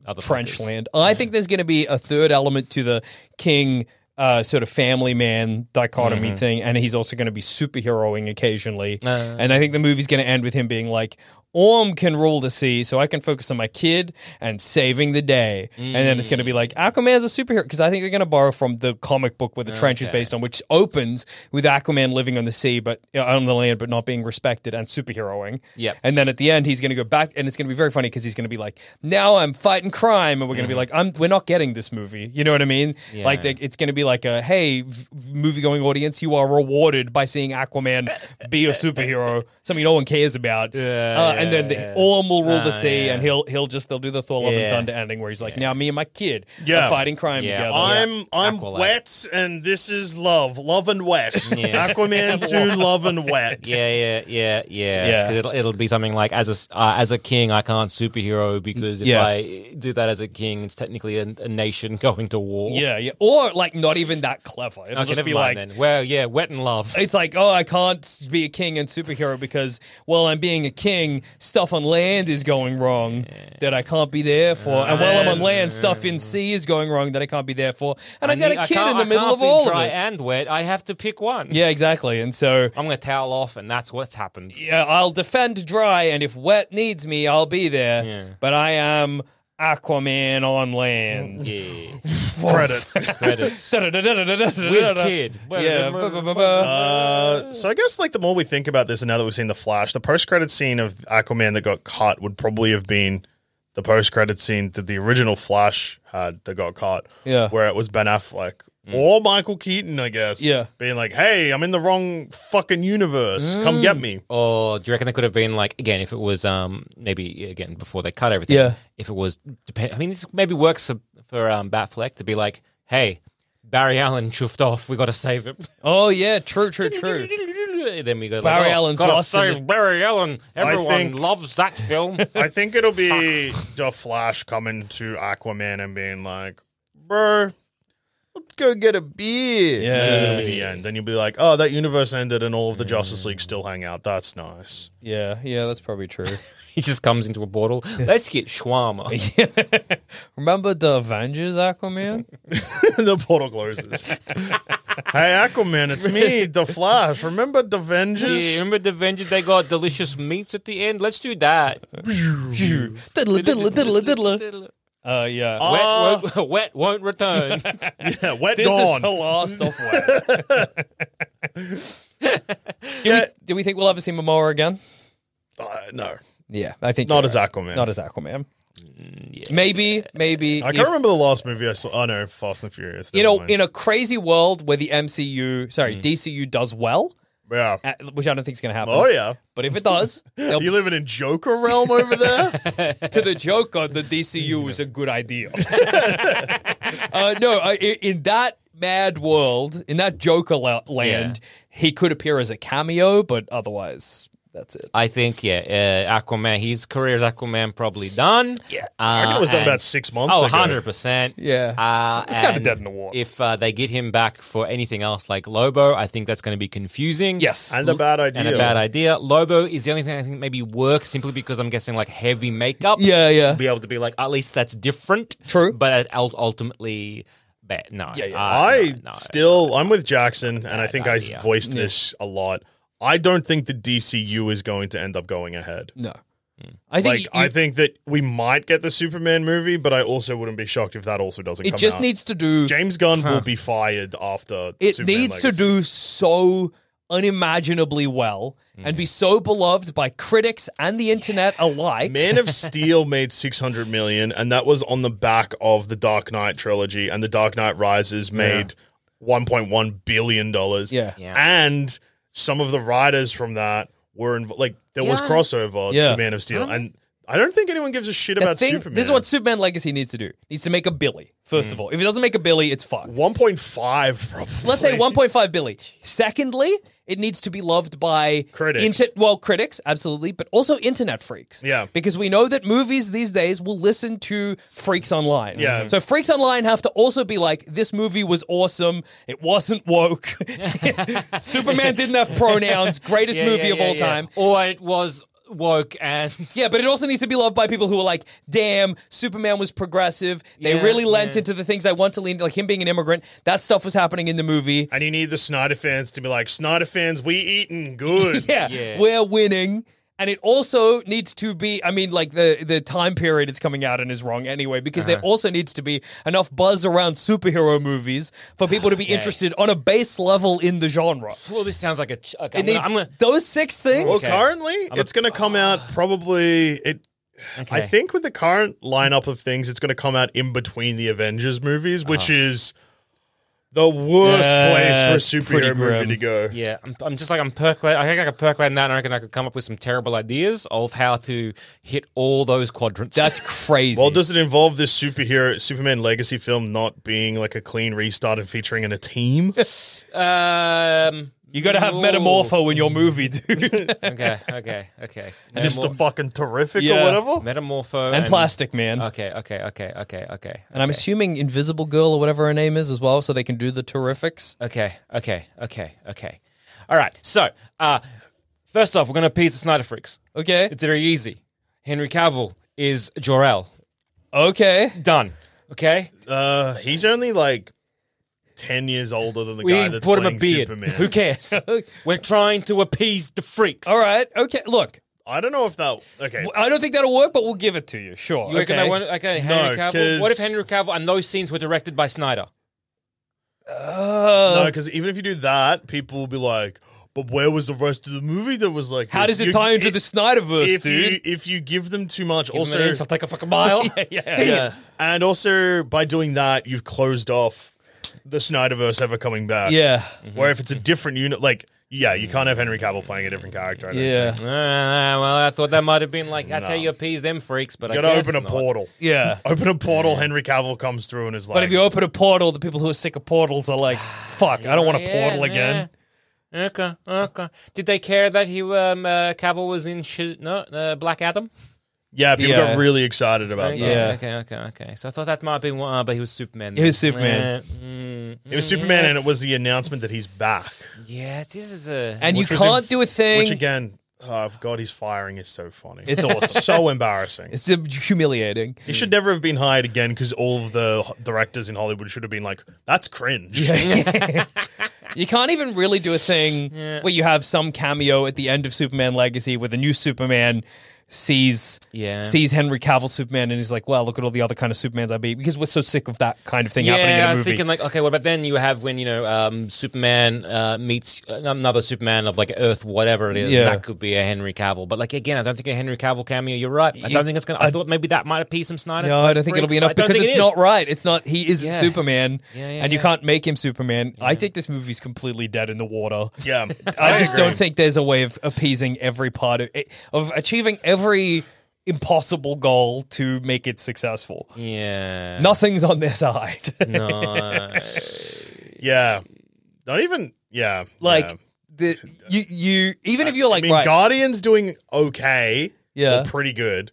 A: other
B: French
A: fuckers?
B: land. I think there's going to be a third element to the king uh, sort of family man dichotomy thing, and he's also going to be superheroing occasionally. and I think the movie's going to end with him being like, Orm can rule the sea, so I can focus on my kid and saving the day. And then it's going to be like Aquaman's a superhero because I think they're going to borrow from the comic book where the trench is based on, which opens with Aquaman living on the sea, but uh, on the land, but not being respected and superheroing.
A: Yep.
B: And then at the end, he's going to go back, and it's going to be very funny because he's going to be like, "Now I'm fighting crime," and we're
A: Mm.
B: going to be like, "I'm we're not getting this movie." You know what I mean? Like they, it's going to be like a hey, v- movie going audience, you are rewarded by seeing Aquaman be a superhero, something no one cares about. uh, and then the Orm will rule the sea, and he'll he'll just they'll do the Thor Love
A: Ah, Yeah.
B: and Thunder ending where he's like, "Now me and my kid
C: Yeah.
B: are fighting crime
A: Yeah.
B: together."
C: I'm I'm
A: Aqualad.
C: wet, and this is love, love and wet. Aquaman two, love and wet.
A: Yeah, yeah, yeah, yeah.
B: Yeah.
A: 'Cause It'll, it'll be something like as a s- uh, as a king, I can't superhero because if
B: Yeah.
A: I do that as a king, it's technically a, a nation going to war.
B: yeah, yeah, or like not even that clever. It'll
A: Okay,
B: just
A: never
B: be
A: mind
B: like.
A: then. Well, yeah, wet and love.
B: It's like, oh, I can't be a king and superhero because while I'm being a king, stuff on land is going wrong that I can't be there for, and while I'm on land, stuff in sea is going wrong that I can't be there for, and I, got
A: need-
B: a kid
A: can't-
B: in the
A: I
B: middle
A: can't
B: of
A: be
B: all
A: dry
B: of it.
A: and wet. I have to pick one.
B: Yeah, exactly. And so,
A: I'm going to towel off, and that's what's happened.
B: yeah, I'll defend dry, and if wet needs me, I'll be there. But I am Aquaman on land.
A: Yeah.
C: Credits.
A: Credits.
B: With
A: kid.
B: Yeah. ba-ba-ba-ba.
C: Uh, so I guess like the more we think about this, and now that we've seen the Flash, the post credit scene of Aquaman that got cut would probably have been the post credit scene that the original Flash had that got cut.
B: Yeah. Mm.
C: where it was Ben Affleck or Michael Keaton, I guess.
B: Yeah.
C: being like, "Hey, I'm in the wrong fucking universe.
B: Mm.
C: Come get me."
A: Or Oh, do you reckon they could have been like again if it was um maybe again before they cut everything?
B: Yeah.
A: If it was depend, I mean this maybe works for, for um Batfleck to be like, hey, Barry Allen chuffed off. We got to save him.
B: Oh, yeah. True, true, true.
A: then we go.
B: Barry
A: like, oh,
B: Allen's
A: gotta
B: lost in
A: Save
B: the-
A: Barry Allen. Everyone
C: think-
A: loves that film.
C: I think it'll be the Flash coming to Aquaman and being like, "Bro, let's go get a beer."
B: Yeah.
C: And then it'll be the end. Then you'll be like, "Oh, that universe ended, and all of the Justice League still hang out. That's nice."
B: Yeah, yeah, that's probably true.
A: he just comes into a bottle. Let's get shawarma.
B: Remember the Avengers Aquaman?
C: the portal closes. hey, Aquaman, it's me, the Flash. Remember the
A: Yeah,
C: Avengers?
A: remember the Avengers? They got delicious meats at the end. Let's do that.
B: diddler, diddler, diddler, diddler. Uh, yeah.
A: Wet,
C: Uh,
A: won't, wet won't return.
C: yeah, wet
B: this is
C: dawn.
B: the last of one. do, we, do we think we'll ever see Momoa again?
C: Uh, no,
B: Yeah, I think
C: not
B: you're
C: as
B: right.
C: Aquaman.
B: Not as Aquaman.
A: Mm,
B: Maybe, maybe.
C: I can't
B: if-
C: remember the last movie I saw. Oh no, Fast and the Furious.
B: You
C: Never
B: know,
C: mind.
B: in a crazy world where the MCU,
A: Mm.
B: sorry, DCU does well,
C: yeah.
B: uh, which I don't think is going to happen.
C: Oh yeah.
B: But if it does, they'll
C: You living in Joker realm over there?
B: to the Joker, the DCU is a good idea. uh, no, I, i- in that mad world, in that Joker la- land, he could appear as a cameo, but otherwise, that's it.
A: I think, yeah, uh, Aquaman, his career as Aquaman probably done. Yeah.
C: I think it was done about six months
A: Uh, Oh,
C: ago.
A: 100%.
B: Yeah.
A: Uh,
B: It's kinda
A: and
B: dead in the water.
A: If uh, they get him back for anything else like Lobo, I think that's going to be confusing.
B: Yes.
C: And a bad idea.
A: And a bad idea. Lobo is the only thing I think maybe works simply because I'm guessing like heavy makeup.
B: Yeah, yeah.
A: Be able to be like, at least that's different.
B: True.
A: But uh, ul- ultimately, bad. no. Yeah, yeah.
C: I still, I'm with Jackson, and I think I
A: idea.
C: voiced this a lot. I don't think the DCU is going to end up going ahead.
B: No. I think,
C: Like,
B: you-
C: I think that we might get the Superman movie, but I also wouldn't be shocked if that also doesn't.
B: it
C: come
B: just
C: out.
B: needs to do.
C: James Gunn will be fired after.
B: it
C: Superman
B: needs to
C: Legacy.
B: do so unimaginably well and be so beloved by critics and the internet alike.
C: Man of Steel made 600 million, and that was on the back of the Dark Knight trilogy, and the Dark Knight Rises made 1.1 billion dollars.
B: Yeah.
A: Yeah.
C: and some of the writers from that were inv- like there was
A: Yeah.
C: crossover
B: Yeah.
C: to Man of Steel, and I don't think anyone gives a shit
B: The
C: about
B: thing-
C: Superman.
B: This is what Superman Mm. Legacy needs to do. Needs to make a Billy, first of all. If it doesn't make a Billy, it's fucked.
C: 1.5 probably.
B: Let's say 1.5 billion. Secondly, it needs to be loved by
C: Critics.
B: well, critics, absolutely, but also internet freaks.
C: Yeah.
B: Because we know that movies these days will listen to freaks online.
C: Yeah.
B: So freaks online have to also be like, this movie was awesome. It wasn't woke. Superman didn't have pronouns. Greatest movie of all time.
A: Or it was woke and
B: Yeah, but it also needs to be loved by people who are like, damn, Superman was progressive. They
A: Yeah,
B: really lent
A: yeah.
B: into the things I want to lean like him being an immigrant. That stuff was happening in the movie.
C: And you need the Snyder fans to be like, Snyder fans, we eating good.
B: Yeah,
A: Yeah.
B: we're winning. and it also needs to be. I mean, like the the time period it's coming out in is wrong anyway, because there also needs to be enough buzz around superhero movies for people to be interested on a base level in the genre.
A: Well, this sounds like a. Ch- okay,
B: It
A: I'm gonna-
B: needs
A: I'm gonna-
B: those six things.
C: Well,
A: Okay.
C: currently, it's going to come out probably. It, I think, with the current lineup of things, it's going to come out in between the Avengers movies, which
A: Uh-huh.
C: is the worst
A: Uh,
B: Yeah,
C: place
B: it's
C: for a superhero
B: pretty
C: movie
B: grim.
C: to go.
A: Yeah, I'm, I'm just like I'm percolating. I think I could percolate in that, and I reckon I could come up with some terrible ideas of how to hit all those quadrants.
B: That's crazy.
C: Well, does it involve this superhero Superman Legacy film not being like a clean restart and featuring in a team?
A: um,
B: you got to have
A: ooh.
B: Metamorpho in your movie, dude,
A: Okay, okay, okay.
C: And it's the
A: Metamor-
C: fucking terrific
B: Yeah.
C: or whatever.
A: metamorpho
B: and Plastic Man.
A: Okay, okay, okay, okay, okay.
B: And I'm assuming Invisible Girl or whatever her name is as well, so they can do the terrifics.
A: Okay, okay, okay, okay. All right. So, uh, first off, we're gonna appease the Snyder freaks.
B: Okay.
A: It's very easy. Henry Cavill is Jor El.
B: okay.
A: Done. Okay.
C: Uh, he's only like ten years older than the guy
A: We
C: that's
A: put him a
C: playing
A: beard.
C: Superman.
A: Who cares? we're trying to appease the freaks.
B: All right. Okay. Look,
C: I don't know if that. Okay,
B: I don't think that'll work, but we'll give it to you. Sure.
A: You reckon
B: okay.
A: they want okay, Henry
C: No,
A: Cavill? What if
C: 'cause-
A: Henry Cavill and those scenes were directed by Snyder?
B: Uh,
C: no, because even if you do that, people will be like, "But where was the rest of the movie that was like?"
B: How
C: this?"
B: does it
C: You-
B: tie into
C: if-
B: the Snyderverse,
C: If
B: dude?
C: you if you give them too much, also
A: Give him an inch, I'll take a fucking mile.
C: yeah, and also by doing that, you've closed off the Snyderverse ever coming back. Mm-hmm.
B: yeah.
C: Where if it's a different unit, like yeah, you can't have Henry Cavill playing a different character. I don't think.
B: Yeah.
A: Ah, well, I thought that might have been like that's how you appease them freaks, but
C: You
A: I
C: gotta
A: guess
C: open a
A: not.
C: portal.
B: Yeah.
C: Open a portal. Henry Cavill comes through and is like,
B: But if you open a portal, the people who are sick of portals are like, fuck, I don't want a
A: Yeah,
B: portal again.
A: yeah. Okay, okay. Did they care that he um uh, Cavill was in sh- no uh, Black Adam?
C: yeah, people
B: Yeah.
C: got really excited about that.
B: Yeah.
A: Okay, okay, okay. So I thought that might be one, uh, but he was Superman.
B: He was Superman.
A: Yeah, mm,
C: It was
A: mm,
C: Superman,
A: yeah,
C: and it
A: it's-
C: was the announcement that he's back.
A: Yeah, this is a.
B: And
C: Which
B: you
C: was in-
B: can't do a thing.
C: Which again, oh God, he's firing is so funny.
B: It's awesome.
C: so embarrassing.
B: it's uh, humiliating.
C: He should never have been hired again because all of the h- directors in Hollywood should have been like, "That's cringe."
B: You can't even really do a thing where you have some cameo at the end of Superman Legacy where the new Superman sees
A: Yeah.
B: sees Henry Cavill Superman and he's like, "Well, look at all the other kind of Supermans I beat," because we're so sick of that kind of thing
A: yeah,
B: happening in a
A: I was
B: movie.
A: thinking like, okay, well, but then you have when you know um, Superman uh, meets another Superman of like Earth, whatever it is.
B: Yeah.
A: That could be a Henry Cavill, but like again, I don't think a Henry Cavill cameo. You're right. I don't think it's gonna. I, thought maybe that might appease some Snyder.
B: no, I don't think it'll be
A: freaks, but
B: enough
A: I don't
B: because
A: think
B: it's
A: it is.
B: not right. It's not. He isn't
A: Yeah.
B: Superman,
A: Yeah, yeah,
B: and you
A: yeah.
B: can't make him Superman. I think this movie's completely dead in the water.
C: yeah,
B: I just
C: agree.
B: don't think there's a way of appeasing every part of of achieving every impossible goal to make it successful.
A: Yeah.
B: Nothing's on their side.
C: Yeah, not even. Yeah,
B: like
C: yeah.
B: the you you even if you're
C: I
B: like
C: mean,
B: right,
C: Guardians doing okay,
B: Yeah.
C: or pretty good,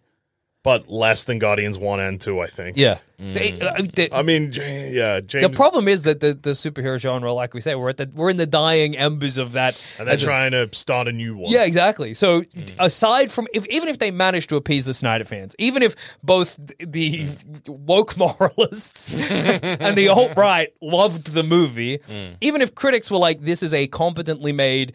C: but less than Guardians one and two. I think.
B: yeah. They- uh, they-
C: Mm. I mean, J- yeah, James.
B: the problem is that the, the superhero genre, like we say, we're at the we're in the dying embers of that.
C: and Mm. they're
B: as a-
C: trying to start a new one.
B: yeah, exactly. So aside from if even if they manage to appease the Snyder fans, even if both the
C: Mm.
B: woke moralists and the alt right loved the movie,
C: Mm.
B: even if critics were like, "This is a competently made,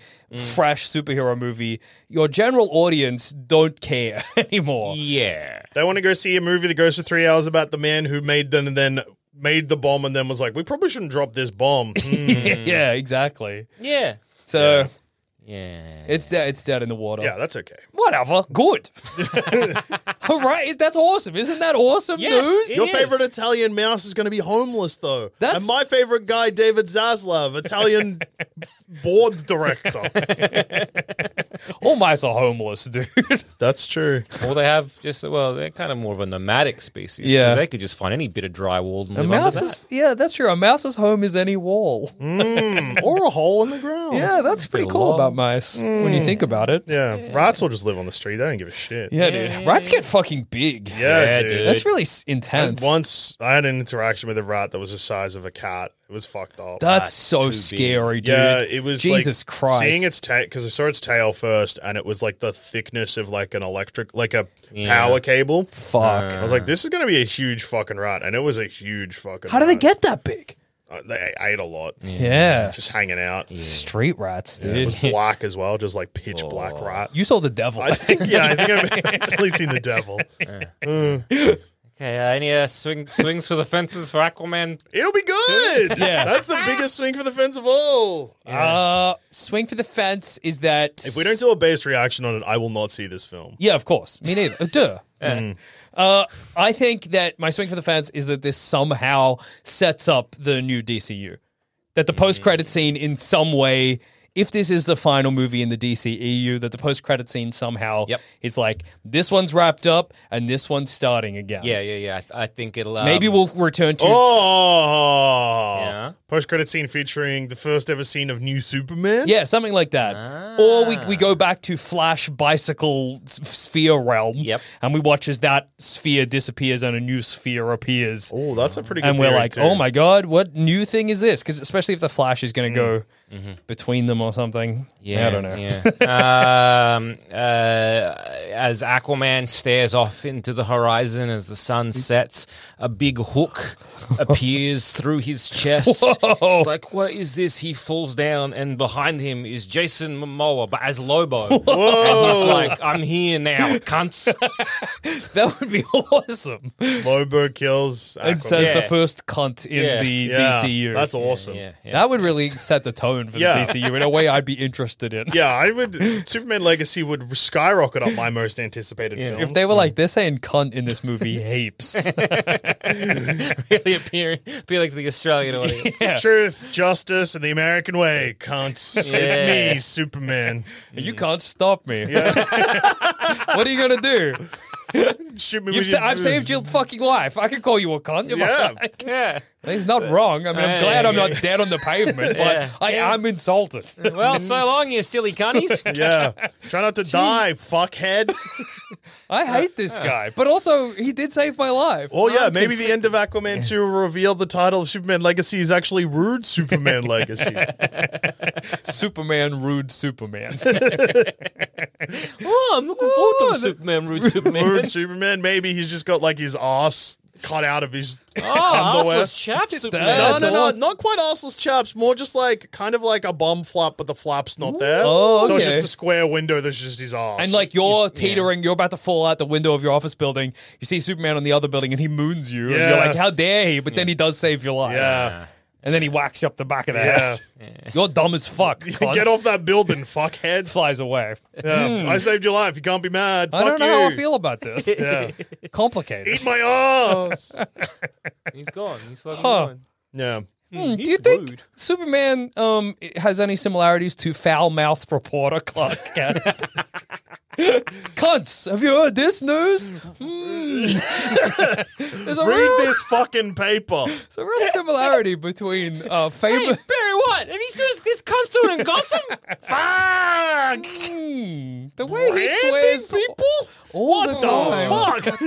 B: fresh superhero movie," your general audience don't care anymore.
A: Yeah.
C: They want to go see a movie that goes for three hours about the man who made them and then made the bomb and then was like, we probably shouldn't drop this bomb. Hmm.
B: yeah, exactly.
A: Yeah.
B: So
A: Yeah.
B: it's de- it's dead in the water.
C: yeah, that's okay.
B: Whatever. Good. All right. That's awesome. Isn't that awesome
A: Yes,
B: news?
A: it
C: Your
A: is.
C: favorite Italian mouse is going to be homeless, though.
B: That's-
C: and my favorite guy, David Zaslav, Italian board director.
B: All mice are homeless, dude.
C: That's true.
A: Well, they have just well, they're kind of more of a nomadic species. 'cause
B: Yeah.
A: they could just find any bit of drywall and
B: A
A: live
B: mouse
A: under
B: is
A: that.
B: yeah, that's true. A mouse's home is any wall.
C: Hmm. or a hole in the ground.
B: Yeah, that's pretty cool
A: long.
B: about mice when you think about it.
C: Hmm. Yeah, rats will just live on the street. They don't give a shit.
B: Yeah, dude. Rats get fucking big.
C: Yeah,
A: Yeah,
C: dude.
A: dude.
B: That's really s- intense.
C: Once I had an interaction with a rat that was the size of a cat. It was fucked up.
B: that's so
A: big.
B: scary, dude.
C: Yeah, it was like,
B: Jesus Christ.
C: Seeing its tail because I saw its tail first, and it was like the thickness of like an electric, like a power cable.
B: fuck.
C: Oh, I was like, this is gonna be a huge fucking rat, and it was a huge fucking.
B: How do they
C: rat.
B: get that big?
C: uh, they ate a lot.
B: Yeah.
C: Just hanging out.
B: Street rats,
C: Yeah,
B: dude.
C: it was black as well, just like pitch black rat.
B: you saw the devil.
C: I think, yeah, I think I've actually seen the devil.
A: Okay, uh, any uh, swing, swings for the fences for Aquaman?
C: It'll be good.
B: Yeah.
C: That's the biggest swing for the fence of all.
B: Uh, swing for the fence is that
C: If we don't do a base reaction on it, I will not see this film.
B: Yeah, of course. Me neither. Uh, Duh. Uh, I think that my swing for the fence is that this somehow sets up the new DCU. That the post
C: Mm.
B: credit scene, in some way, if this is the final movie in the DCEU, that the post credit scene somehow
A: Yep.
B: is like, this one's wrapped up and this one's starting again.
A: Yeah, yeah, yeah. I, th- I think it'll. Um,
B: Maybe we'll return to.
C: Oh,
A: Yeah.
C: post credit scene featuring the first ever scene of New Superman.
B: Yeah, something like that. Or we, we
A: Ah.
B: go back to Flash bicycle s- sphere realm.
A: Yep.
B: And we watch as that sphere disappears and a new sphere appears.
C: Oh, that's a pretty good.
B: and we're
C: theory,
B: like,
C: too.
B: oh my god, what new thing is this? Because especially if the Flash is going to go between them or something.
A: Mm. Mm-hmm. Yeah,
B: I don't know.
A: yeah. um, uh, as Aquaman stares off into the horizon as the sun
B: Mm.
A: sets, a big hook appears through his chest. It's like, what is this? He falls down, and behind him is Jason Momoa, but as Lobo. And he's like, I'm here now, cunts.
B: that would be awesome.
C: Lobo kills.
B: It says
A: Yeah.
B: the first cunt in
A: Yeah.
B: the
C: yeah,
B: DCU.
C: That's awesome.
A: yeah, yeah.
B: That would really set the tone for
C: Yeah.
B: the DCU in a way I'd be interested in.
C: Yeah, I would. Superman Legacy would skyrocket up my most anticipated film.
B: If they were like, they're saying cunt in this movie heaps.
A: really appealing, appealing to the Australian audience.
B: Yeah.
C: Truth, justice, and the American way, cunts. It's me, Superman.
B: You
C: Mm.
B: can't stop me. what are you going to do?
C: Shoot me
B: You've
C: with
B: sa-
C: your-
B: I've saved your fucking life. I can call you a cunt. If I
C: Yeah.
B: like.
A: Yeah.
B: He's not wrong. I mean, I'm
A: Uh,
B: glad I'm
A: yeah.
B: not dead on the pavement, but
A: Yeah.
B: I am insulted.
A: Well, so long, you silly cunnies.
C: Yeah, try not to die, fuckhead.
B: I hate this guy, but also he did save my life.
C: Oh yeah, maybe the end of Aquaman 2 will reveal the title of Superman Legacy is actually Rude Superman Legacy.
B: Superman, rude Superman.
A: Oh, I'm looking forward to Superman, Rude Superman.
C: Rude Superman, maybe he's just got like his ass cut out of his
A: Oh,
C: underwear.
A: arseless chap Superman.
B: that.
C: No,
B: That's
C: no, no,
B: awesome.
C: not quite arseless chaps. More just like kind of like a bum flap, but the flap's not there.
B: Oh,
C: So it's
B: okay.
C: just a square window that's just his ass.
B: and like you're teetering, you're about to fall out the window of your office building. You see Superman on the other building, and he moons you. And
C: Yeah.
B: you're like, "How dare he?" But then he does save your life.
C: yeah,
B: And then he whacks you up the back of the
C: yeah.
B: head. You're dumb as fuck. cunt.
C: Get off that building, fuckhead.
B: Flies away.
C: Yeah. I saved your life. You can't be mad.
B: Hmm. I
C: Fuck
B: don't know how I
C: you.
B: feel about this.
C: Yeah.
B: Complicated.
C: Eat my
B: Oh.
C: ass.
A: He's gone. He's fucking
B: Huh.
A: gone.
C: yeah.
B: Hmm, Do you think Superman um, has any similarities to foul mouthed reporter Clark Kent? Cunts, have you heard this news? Hmm. there's, a
C: Read
B: real,
C: this fucking paper.
B: there's a real similarity between uh,
A: Hey, Barry
B: famous.
A: White, have you seen this- this cunt doing in Gotham? Fuck!
B: Hmm. the way he
C: Branding
B: swears.
C: people?
B: all
C: What the
B: time.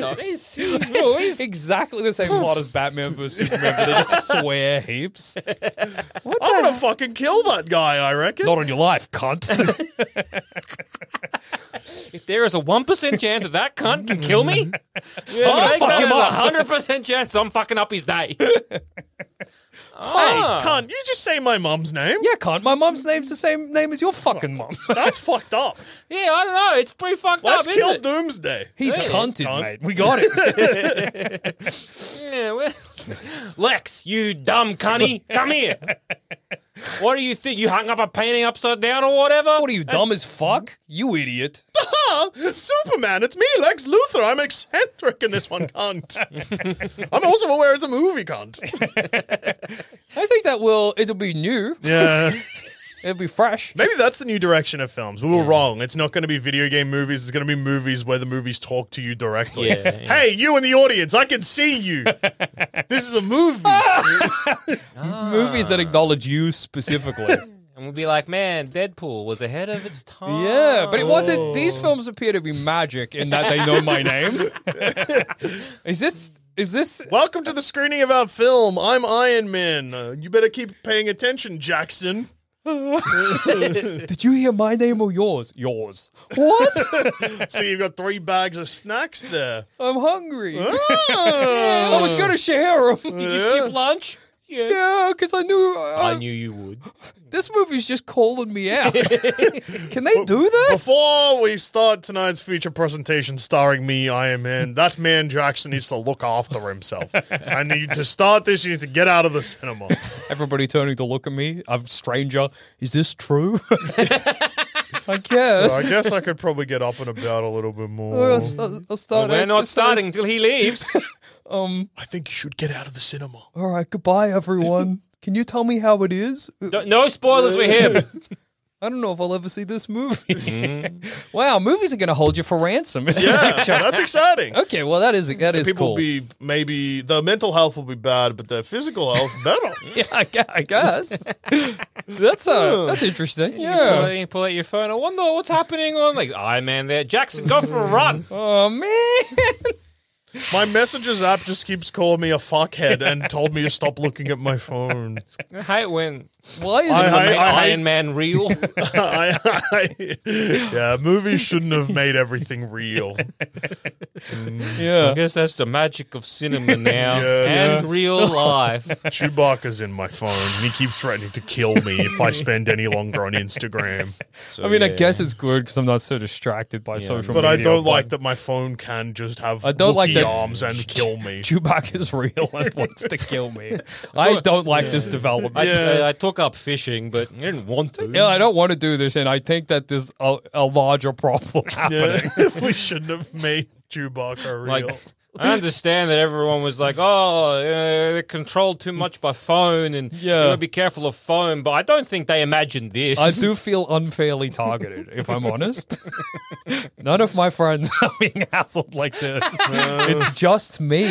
C: fuck?
B: It's exactly the same plot as Batman vs Superman, but they just swear heaps.
C: I want to fucking kill that guy, I reckon.
B: Not on your life, cunt.
A: If there is a 1% chance that that cunt can kill me, yeah,
B: fuck
A: that as
B: him up.
A: a 100% chance I'm fucking up his day.
C: hey,
A: Ah.
C: cunt, you just say my mum's name?
B: yeah, cunt. My mum's name's the same name as your fucking mum.
C: That's fucked up.
A: Yeah, I don't know. It's pretty fucked
C: Let's
A: up,
C: kill
A: isn't it?
C: Doomsday.
B: He's
A: Hey,
B: cunted, mate. We got it.
A: Yeah, well, Lex, you dumb cunny, come here. What do you think? You hung up a painting upside down or whatever?
B: What are you, dumb as fuck? You idiot.
C: Ah, Superman, it's me, Lex Luthor. I'm eccentric in this one, cunt. I'm also aware it's a movie, cunt.
B: I think that will, it'll be new.
C: Yeah.
B: It'll be fresh.
C: Maybe that's the new direction of films. We were wrong. It's not going to be video game movies. It's going to be movies where the movies talk to you directly.
A: Yeah, yeah.
C: Hey, you in the audience, I can see you. this is a movie.
B: Movies that acknowledge you specifically.
A: And we'll be like, man, Deadpool was ahead of its time.
B: yeah, but it wasn't, these films appear to be magic in that they know my name. is this, is this,
C: Welcome to the screening of our film. I'm Iron Man. Uh, you better keep paying attention, Jackson.
B: did you hear my name or yours? Yours. What?
C: So you've got three bags of snacks there.
B: I'm hungry.
C: Ah.
B: I was going to share them.
A: Did you skip lunch? Yes.
B: Yeah, because I knew. uh,
A: I knew you would.
B: This movie's just calling me out. Can they do that?
C: Before we start tonight's feature presentation starring me, Iron Man, that man Jackson needs to look after himself. I need to start this. You need to get out of the cinema.
B: Everybody turning to look at me. I'm stranger. Is this true? I guess.
C: I guess I could probably get up and about a little bit more.
B: I'll, I'll- I'll start.
A: We're not
B: exercise.
A: starting until he leaves.
C: I think you should get out of the cinema.
B: All right. Goodbye, everyone. Can you tell me how it is? Uh,
A: No- no spoilers for him.
B: I don't know if I'll ever see this movie. wow, movies are going to hold you for ransom.
C: Mm-hmm. Yeah, that's exciting.
B: okay, well that is that is
C: People
B: cool.
C: will be maybe their mental health will be bad, but their physical health better.
B: yeah, I gu- I guess that's uh, that's interesting.
A: You pull,
B: Yeah.
A: you pull out your phone. I wonder what's happening on like Iron Man there. Jackson, go for a run.
B: Oh man.
C: My messages app just keeps calling me a fuckhead and told me to stop looking at my phone.
A: I hate when
B: Why is
C: I-
B: it?
A: make
C: I-
A: Iron Man real.
C: I, I, yeah, movies shouldn't have made everything real.
A: I
B: Yeah.
A: guess that's the magic of cinema now
C: Yes.
A: and real life.
C: Chewbacca's in my phone, and he keeps threatening to kill me if I spend any longer on Instagram.
A: So,
B: I mean, I
A: yeah.
B: guess it's good because I'm not so distracted by social
C: Oh, But
B: media.
C: I don't like that my phone can just have
B: I don't like
C: Wookiee
B: that-
C: arms and kill me.
B: Chewbacca's real and wants to kill me. I don't like this development.
A: I, I, I took up fishing, but I didn't want to.
B: yeah, I don't want to do this, and I think that there's a, a larger problem happening.
C: Yeah, we shouldn't have made Chewbacca real.
A: Like, I understand that everyone was like, "Oh, uh, they're controlled too much by phone, and
B: Yeah.
A: you gotta be careful of phone." But I don't think they imagined this.
B: I do feel unfairly targeted, if I'm honest. None of my friends are being hassled like this.
C: Uh.
B: it's just me.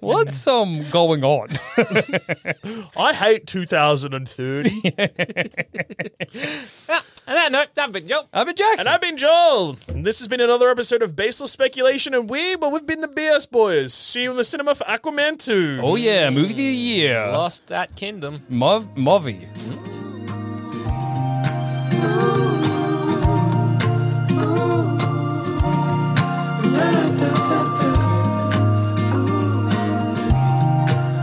B: What's um going on?
C: I hate 2030.
A: And that note, that video.
B: Abby Jackson.
C: and I've been Joel. And this has been another episode of Baseless Speculation, and we, well, we've been the BS Boys. See you in the cinema for Aquaman 2.
B: oh yeah, movie of the year.
A: Lost that kingdom.
B: Mov Movie.